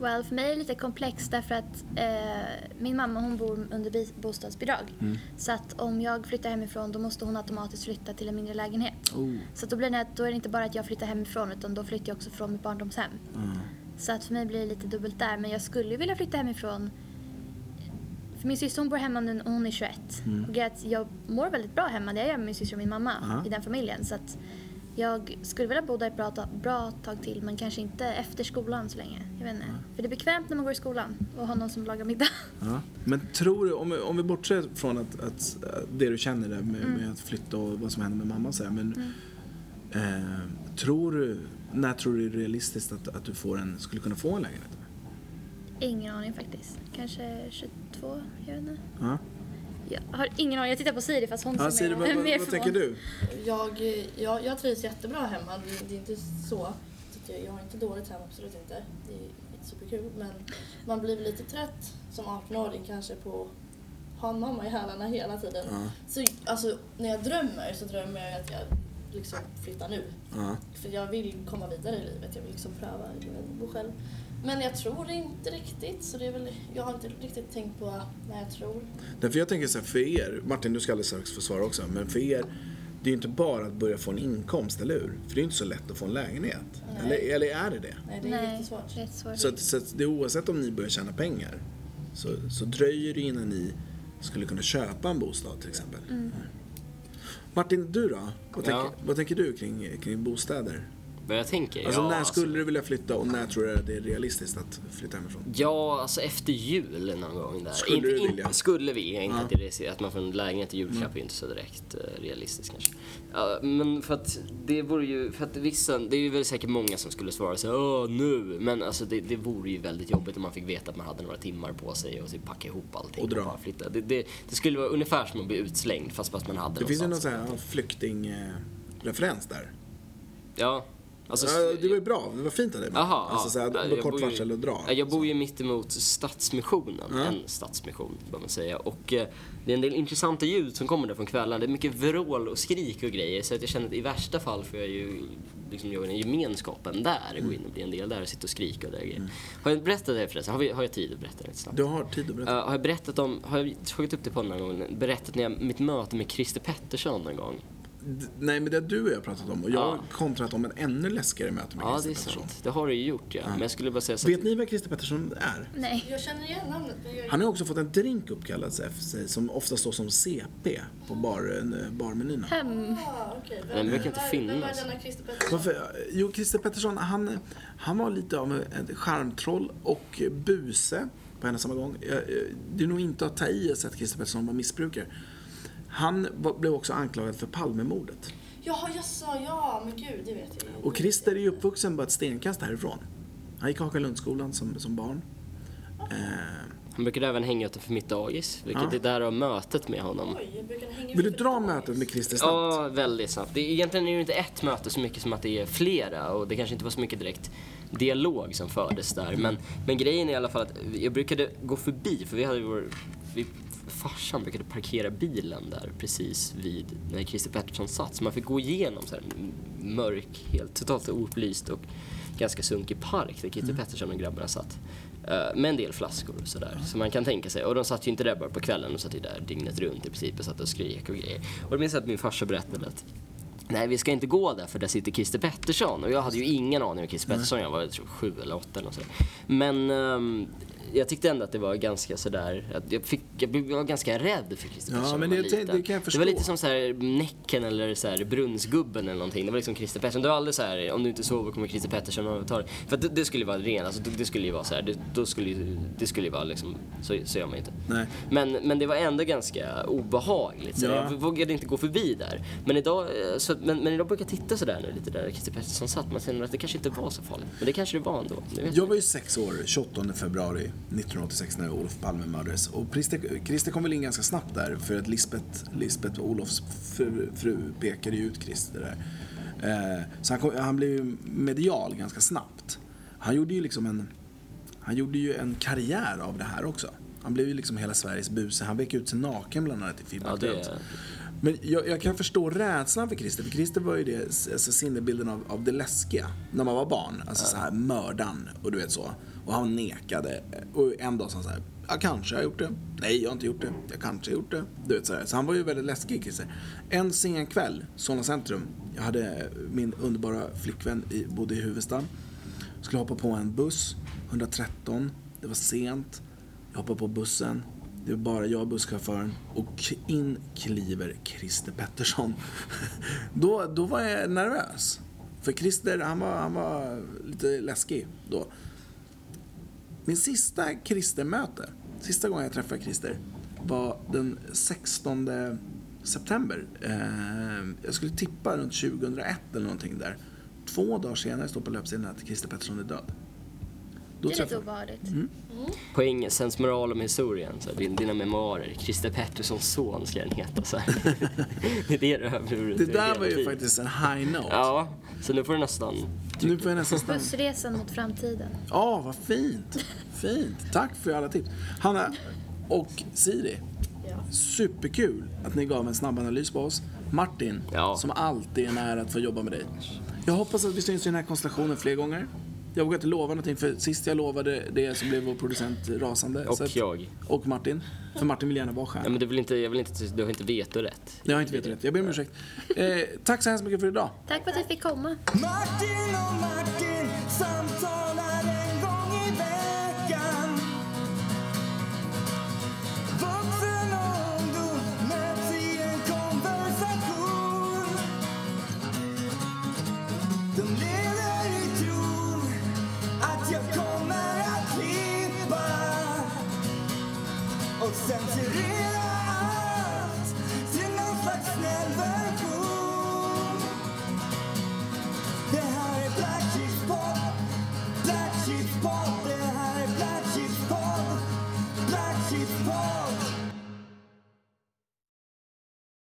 S4: Well, för mig är det lite komplext därför att eh, min mamma hon bor under bi- bostadsbidrag. Så att om jag flyttar hemifrån då måste hon automatiskt flytta till en mindre lägenhet. Så att då, blir det, då är det inte bara att jag flyttar hemifrån utan då flyttar jag också från mitt barndomshem. Så att för mig blir det lite dubbelt där. Men jag skulle ju vilja flytta hemifrån. För min syster hon bor hemma nu och hon är 21.
S3: Mm.
S4: Och grejen är att jag mår väldigt bra hemma. Det gör jag med min syster och min mamma i den familjen. Så att jag skulle vilja bo där ett bra, ta- bra tag till men kanske inte efter skolan så länge. Jag vet inte. För det är bekvämt när man går i skolan och har någon som lagar middag.
S3: Ja. Men tror du, om, vi- om vi bortser från att, att, att det du känner där med,
S4: Mm.
S3: med att flytta och vad som händer med mamma och så här, men
S4: Mm.
S3: eh, tror du, när tror du det är realistiskt att, att du får en, skulle kunna få en lägenhet?
S4: Ingen aning faktiskt. Kanske 22? Jag vet inte.
S3: Ja.
S4: Jag har ingen aning. Jag tittar på Siri fast hon
S3: Ja,
S4: ser
S3: Siri,
S4: Alltså, mer,
S3: vad, vad,
S4: mer
S3: vad tänker
S4: förvånad.
S3: du?
S5: Jag, eh, jag, jag trivs jättebra hemma, det, det är inte så. tycker Jag, jag har inte dåligt hem, absolut inte. Det är inte superkul. Men man blir väl lite trött som 18-åring kanske på att ha en mamma i hälarna hela tiden. Så, alltså, när jag drömmer så drömmer jag att jag liksom flyttar nu.
S3: Ja.
S5: För jag vill komma vidare i livet, jag vill liksom pröva jag vill bo själv. Men jag tror inte riktigt, så det är väl, jag har inte riktigt tänkt på när jag tror.
S3: Därför jag tänker så här, för er, Martin du ska alldeles strax få svara också, men för er, det är ju inte bara att börja få en inkomst, eller hur? För det är ju inte så lätt att få en lägenhet.
S5: Nej.
S3: Eller, eller är det det?
S5: Nej, det är
S4: Nej,
S5: jättesvårt.
S4: jättesvårt.
S3: Så, att, så att det, oavsett om ni börjar tjäna pengar så, så dröjer det innan ni skulle kunna köpa en bostad till exempel. Martin, du då? Vad,
S1: Ja.
S3: tänker, vad tänker du kring, kring bostäder?
S1: Vad jag tänker?
S3: Alltså
S1: ja,
S3: när skulle du vilja flytta och när tror du att det är realistiskt att flytta hemifrån?
S1: Ja, alltså efter jul någon gång där.
S3: Skulle
S1: inte,
S3: du
S1: inte-
S3: vilja? Mm.
S1: Skulle vilja, inte att, det, är resi- att man får en lägenhet i julklapp är ju inte så direkt eh, realistiskt kanske. Ja, men för att det vore ju, för att vissa, det är ju väl säkert många som skulle svara så här, åh nu, men alltså det, det vore ju väldigt jobbigt om man fick veta att man hade några timmar på sig och typ packa ihop allting
S3: Och dra.
S1: bara flytta. Det, det, det skulle vara ungefär som att bli utslängd fast, fast man hade
S3: Det finns ju någon
S1: någonstans.
S3: sån här flyktingreferens där.
S1: Ja. Alltså,
S3: Ja, det var ju bra, det var fint av dig. Martin.
S1: Aha,
S3: alltså, så här,
S1: ja,
S3: med
S1: jag
S3: kort
S1: bor ju-
S3: varsel och dra.
S1: Ja, jag bor ju mitt emot Stadsmissionen,
S3: Ja.
S1: en stadsmission bör man säga. Och eh, det är en del intressanta ljud som kommer där från kvällen. Det är mycket vrål och skrik och grejer. Så att jag känner att i värsta fall får jag ju liksom göra den gemenskapen där. Gå
S3: Mm.
S1: in och bli en del där och sitta och skrika och där grejer. Har jag berättat det förresten? Har, vi, har jag tid att berätta det snabbt?
S3: Du har tid att berätta.
S1: Eh, har jag berättat om, har jag tagit upp det på någon gång? Berättat när jag, mitt möte med Christer Pettersson någon gång?
S3: D- Nej, men det har du och jag pratat om och jag har
S1: Ja.
S3: kontrat om en ännu läskigare möte med
S1: Ja, det
S3: Christer
S1: är
S3: Pettersson.
S1: sant. Det har du ju gjort ja. Men jag skulle bara säga så
S3: Vet ni vad Christer Pettersson är?
S4: Nej.
S5: Jag känner igen namnet, men jag
S3: Han har också fått en drink uppkallad efter sig som ofta står som CP på bar, eh, barmenyerna.
S4: Hem.
S5: Ah, okej. Vem-
S1: Den brukar inte
S5: vem är- Vem
S1: finnas.
S5: är denna Christer Pettersson?
S3: Varför? eh, Jo, Christer Pettersson, han, han var lite av ett charmtroll och buse på en och samma gång. Jag- jag- Det är nog inte att ta i att säga att Christer Pettersson var missbrukare. Han var, blev också anklagad för Palmemordet.
S5: Jaha, jag sa ja, men gud, det vet jag ju.
S3: Och Christer är ju uppvuxen bara ett stenkast härifrån. Han gick Hakalundsskolan som, som barn. Eh,
S1: Han brukade även hänga utanför mitt dagis, vilket
S3: Ja.
S1: är därav mötet med honom.
S5: Oj, jag brukar hänga
S3: vill du
S5: med-
S3: dra mötet med Christer snabbt?
S1: Ja, väldigt snabbt. Det, egentligen är det inte ett möte så mycket som att det är flera och det kanske inte var så mycket direkt dialog som fördes där. Men, men grejen är i alla fall att jag brukade gå förbi, för vi hade ju vår... Vi farsan brukade parkera bilen där precis vid när Christer Pettersson satt. Så man fick gå igenom så här m- mörk, helt totalt oupplyst och ganska sunkig park där
S3: Mm.
S1: Christer Pettersson och grabbarna satt. Eh, Med en del flaskor och sådär, så man kan tänka sig. Och de satt ju inte där bara på kvällen, de satt ju där dygnet runt i princip och satt och skrek och grejer. Och då minns jag att min farsa berättade att Nej, vi ska inte gå där för där sitter Christer Pettersson. Och jag hade ju ingen aning om Christer Pettersson. Jag var jag tror, sju eller åtta eller nåt sånt. Men ehm, jag tyckte ändå att det var ganska sådär, att jag, fick, jag blev- jag var ganska rädd för Christer
S7: Ja,
S1: Pettersson
S7: men
S1: när jag
S7: det-
S1: var
S7: det-
S1: liten.
S7: det kan jag
S1: Det var lite
S7: förstå.
S1: som såhär Näcken eller såhär Brunnsgubben eller någonting. Det var liksom Christer Pettersson. Det var aldrig såhär, om du inte sover kommer Christer Pettersson och tar dig. För att det, det skulle ju vara ren, alltså det, det skulle ju vara såhär, det, då skulle, ju- det skulle ju vara liksom, så, så gör man ju inte.
S7: Nej.
S1: Men, men det var ändå ganska obehagligt. Så
S7: Ja.
S1: Jag vågade inte gå förbi där. Men idag, eh, så, men, men idag brukar jag titta sådär nu lite där Christer Pettersson satt. Man känner att det kanske inte var så farligt. Men det kanske det var ändå. Det vet
S3: Jag var ju sex år, 28 februari 1986 när Olof Palme mördades. Och Christer, Christer kom väl in ganska snabbt där för att Lisbeth, Lisbeth Olofs fru, fru pekade ju ut Christer där. Eh, så han, kom, han blev ju medial ganska snabbt. Han gjorde ju liksom en, han gjorde ju en karriär av det här också. Han blev ju liksom hela Sveriges buse. Han vek ut sig naken bland annat i Filip
S1: Ja, det-
S3: Aktuellt. Men jag, jag kan förstå rädslan för Christer, för Christer var ju det, alltså sinnebilden av, av det läskiga när man var barn. Alltså så här mördaren och du vet så. Och han nekade. Och en dag sa han så här, jag kanske har gjort det. Nej, jag har inte gjort det. Jag kanske har gjort det. Du vet så här. Så han var ju väldigt läskig Christer. En sen kväll, Solna centrum. Jag hade min underbara flickvän, i, bodde i huvudstaden. Skulle hoppa på en buss, 113. Det var sent. Jag hoppar på bussen. Det är bara jag och busschauffören. Och k- in kliver Christer Pettersson. då, då var jag nervös. För Christer, han var, han var lite läskig då. Min sista Christer-möte, sista gången jag träffade Christer, var den 16 september. Eh, jag skulle tippa runt 2001 eller någonting där. Två dagar senare står på löpsedeln att Christer Pettersson är död. Då
S4: Det är lite
S3: träffade-
S4: obehagligt.
S1: På Ingelsens moral om historien, så här, din, dina memoarer. Christer Petterssons son ska den heta. Så här. det är det du har burit
S3: Det
S1: över
S3: där
S1: hela
S3: var ju
S1: tiden.
S3: faktiskt en high note.
S1: Ja, så nu får du nästan...
S3: Nu får jag nästan stanna.
S4: Bussresan mot framtiden.
S3: Ja, vad fint. Fint. Tack för alla tips. Hanna och Siri,
S5: Ja.
S3: superkul att ni gav en snabb analys på oss. Martin,
S1: Ja.
S3: som alltid är en ära att få jobba med dig. Jag hoppas att vi syns i den här konstellationen fler gånger. Jag vågar inte lova någonting för sist jag lovade det så blev vår producent rasande.
S1: Och
S3: så att-
S1: jag.
S3: Och Martin. För Martin vill gärna vara stjärna.
S1: Ja, men du vill inte, jag vill inte, du har inte vetorätt.
S3: Jag har inte vetat rätt. Jag ber om ursäkt. Eh, tack så hemskt mycket för idag.
S4: Tack för att vi fick komma.
S2: Martin och Martin samtalar en gång i veckan